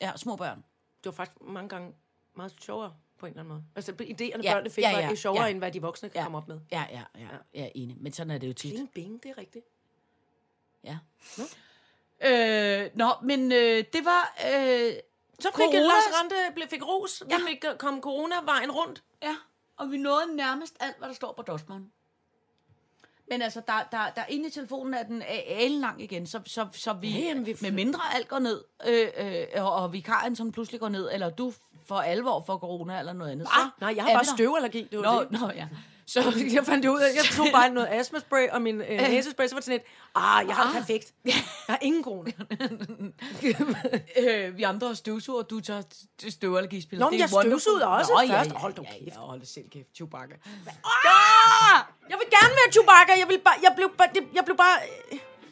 [SPEAKER 3] ja.
[SPEAKER 4] ja, små børn.
[SPEAKER 3] Det var faktisk mange gange meget sjovere på en eller anden måde. Altså, idéerne
[SPEAKER 4] Ja,
[SPEAKER 3] ja. børnene fik
[SPEAKER 4] ja,
[SPEAKER 3] ja,
[SPEAKER 4] ja,
[SPEAKER 3] ja, var sjovere,
[SPEAKER 4] ja.
[SPEAKER 3] ja. end hvad de voksne kan
[SPEAKER 4] Ja.
[SPEAKER 3] ja. komme op med.
[SPEAKER 4] Ja, ja, ja, ja, jeg er enig. Men sådan er det jo tit.
[SPEAKER 3] Bing, bing, det er rigtigt.
[SPEAKER 4] Ja. Øh, nå, men øh, det var... Øh,
[SPEAKER 3] Så fik
[SPEAKER 4] Corona-
[SPEAKER 3] corona. Lars Rante blev, fik ros. Ja. Vi fik øh, kom corona-vejen rundt.
[SPEAKER 4] ja, og vi nåede nærmest alt, hvad der står på Dosmond. Men altså, der, der, der inde i telefonen er den alen lang igen, så, så, så vi,
[SPEAKER 3] Ja, jamen, vi-
[SPEAKER 4] med mindre alt går ned, øh, øh, og, og vikaren som pludselig går ned, eller du for alvor får corona eller noget andet.
[SPEAKER 3] Ah,
[SPEAKER 4] så
[SPEAKER 3] nej, jeg
[SPEAKER 4] er
[SPEAKER 3] har bare
[SPEAKER 4] vi der.
[SPEAKER 3] støvallergi. Det var det.
[SPEAKER 4] Nå, nå, ja. Så
[SPEAKER 3] Jeg fandt det ud af, jeg tog bare noget astmaspray og min øh, næsespray, så var det sådan et, ah, jeg har det perfekt. Jeg har ingen corona.
[SPEAKER 4] øh, vi andre har støvsuger, og du tager st- støvallergispiller.
[SPEAKER 3] Nå, men
[SPEAKER 4] Det er
[SPEAKER 3] jeg
[SPEAKER 4] wonderful.
[SPEAKER 3] støvsugede også
[SPEAKER 4] Nå, ja,
[SPEAKER 3] først.
[SPEAKER 4] Ja,
[SPEAKER 3] Hold dog
[SPEAKER 4] ja,
[SPEAKER 3] kæft.
[SPEAKER 4] Ja, hold da selv kæft, Chewbacca.
[SPEAKER 3] Jeg vil gerne være Chewbacca. Jeg, vil bare, jeg blev bare, det, jeg blev bare,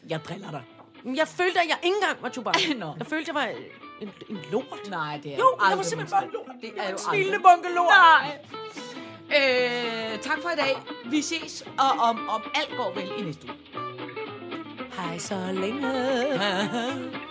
[SPEAKER 4] Jeg driller dig.
[SPEAKER 3] øh, jeg følte, at jeg ikke engang var Chewbacca.
[SPEAKER 4] Nå.
[SPEAKER 3] Jeg følte, jeg var øh, en, en lort.
[SPEAKER 4] Nej, det er
[SPEAKER 3] Jo,
[SPEAKER 4] jo
[SPEAKER 3] jeg var
[SPEAKER 4] aldrig
[SPEAKER 3] simpelthen
[SPEAKER 4] menneske.
[SPEAKER 3] bare en lort.
[SPEAKER 4] Det
[SPEAKER 3] Jeg
[SPEAKER 4] er
[SPEAKER 3] var
[SPEAKER 4] jo
[SPEAKER 3] en
[SPEAKER 4] aldrig.
[SPEAKER 3] smilende bunke lort.
[SPEAKER 4] Nej. Øh, tak for i dag. Vi ses, og om, om alt går vel i næste uge.
[SPEAKER 3] Hej så længe.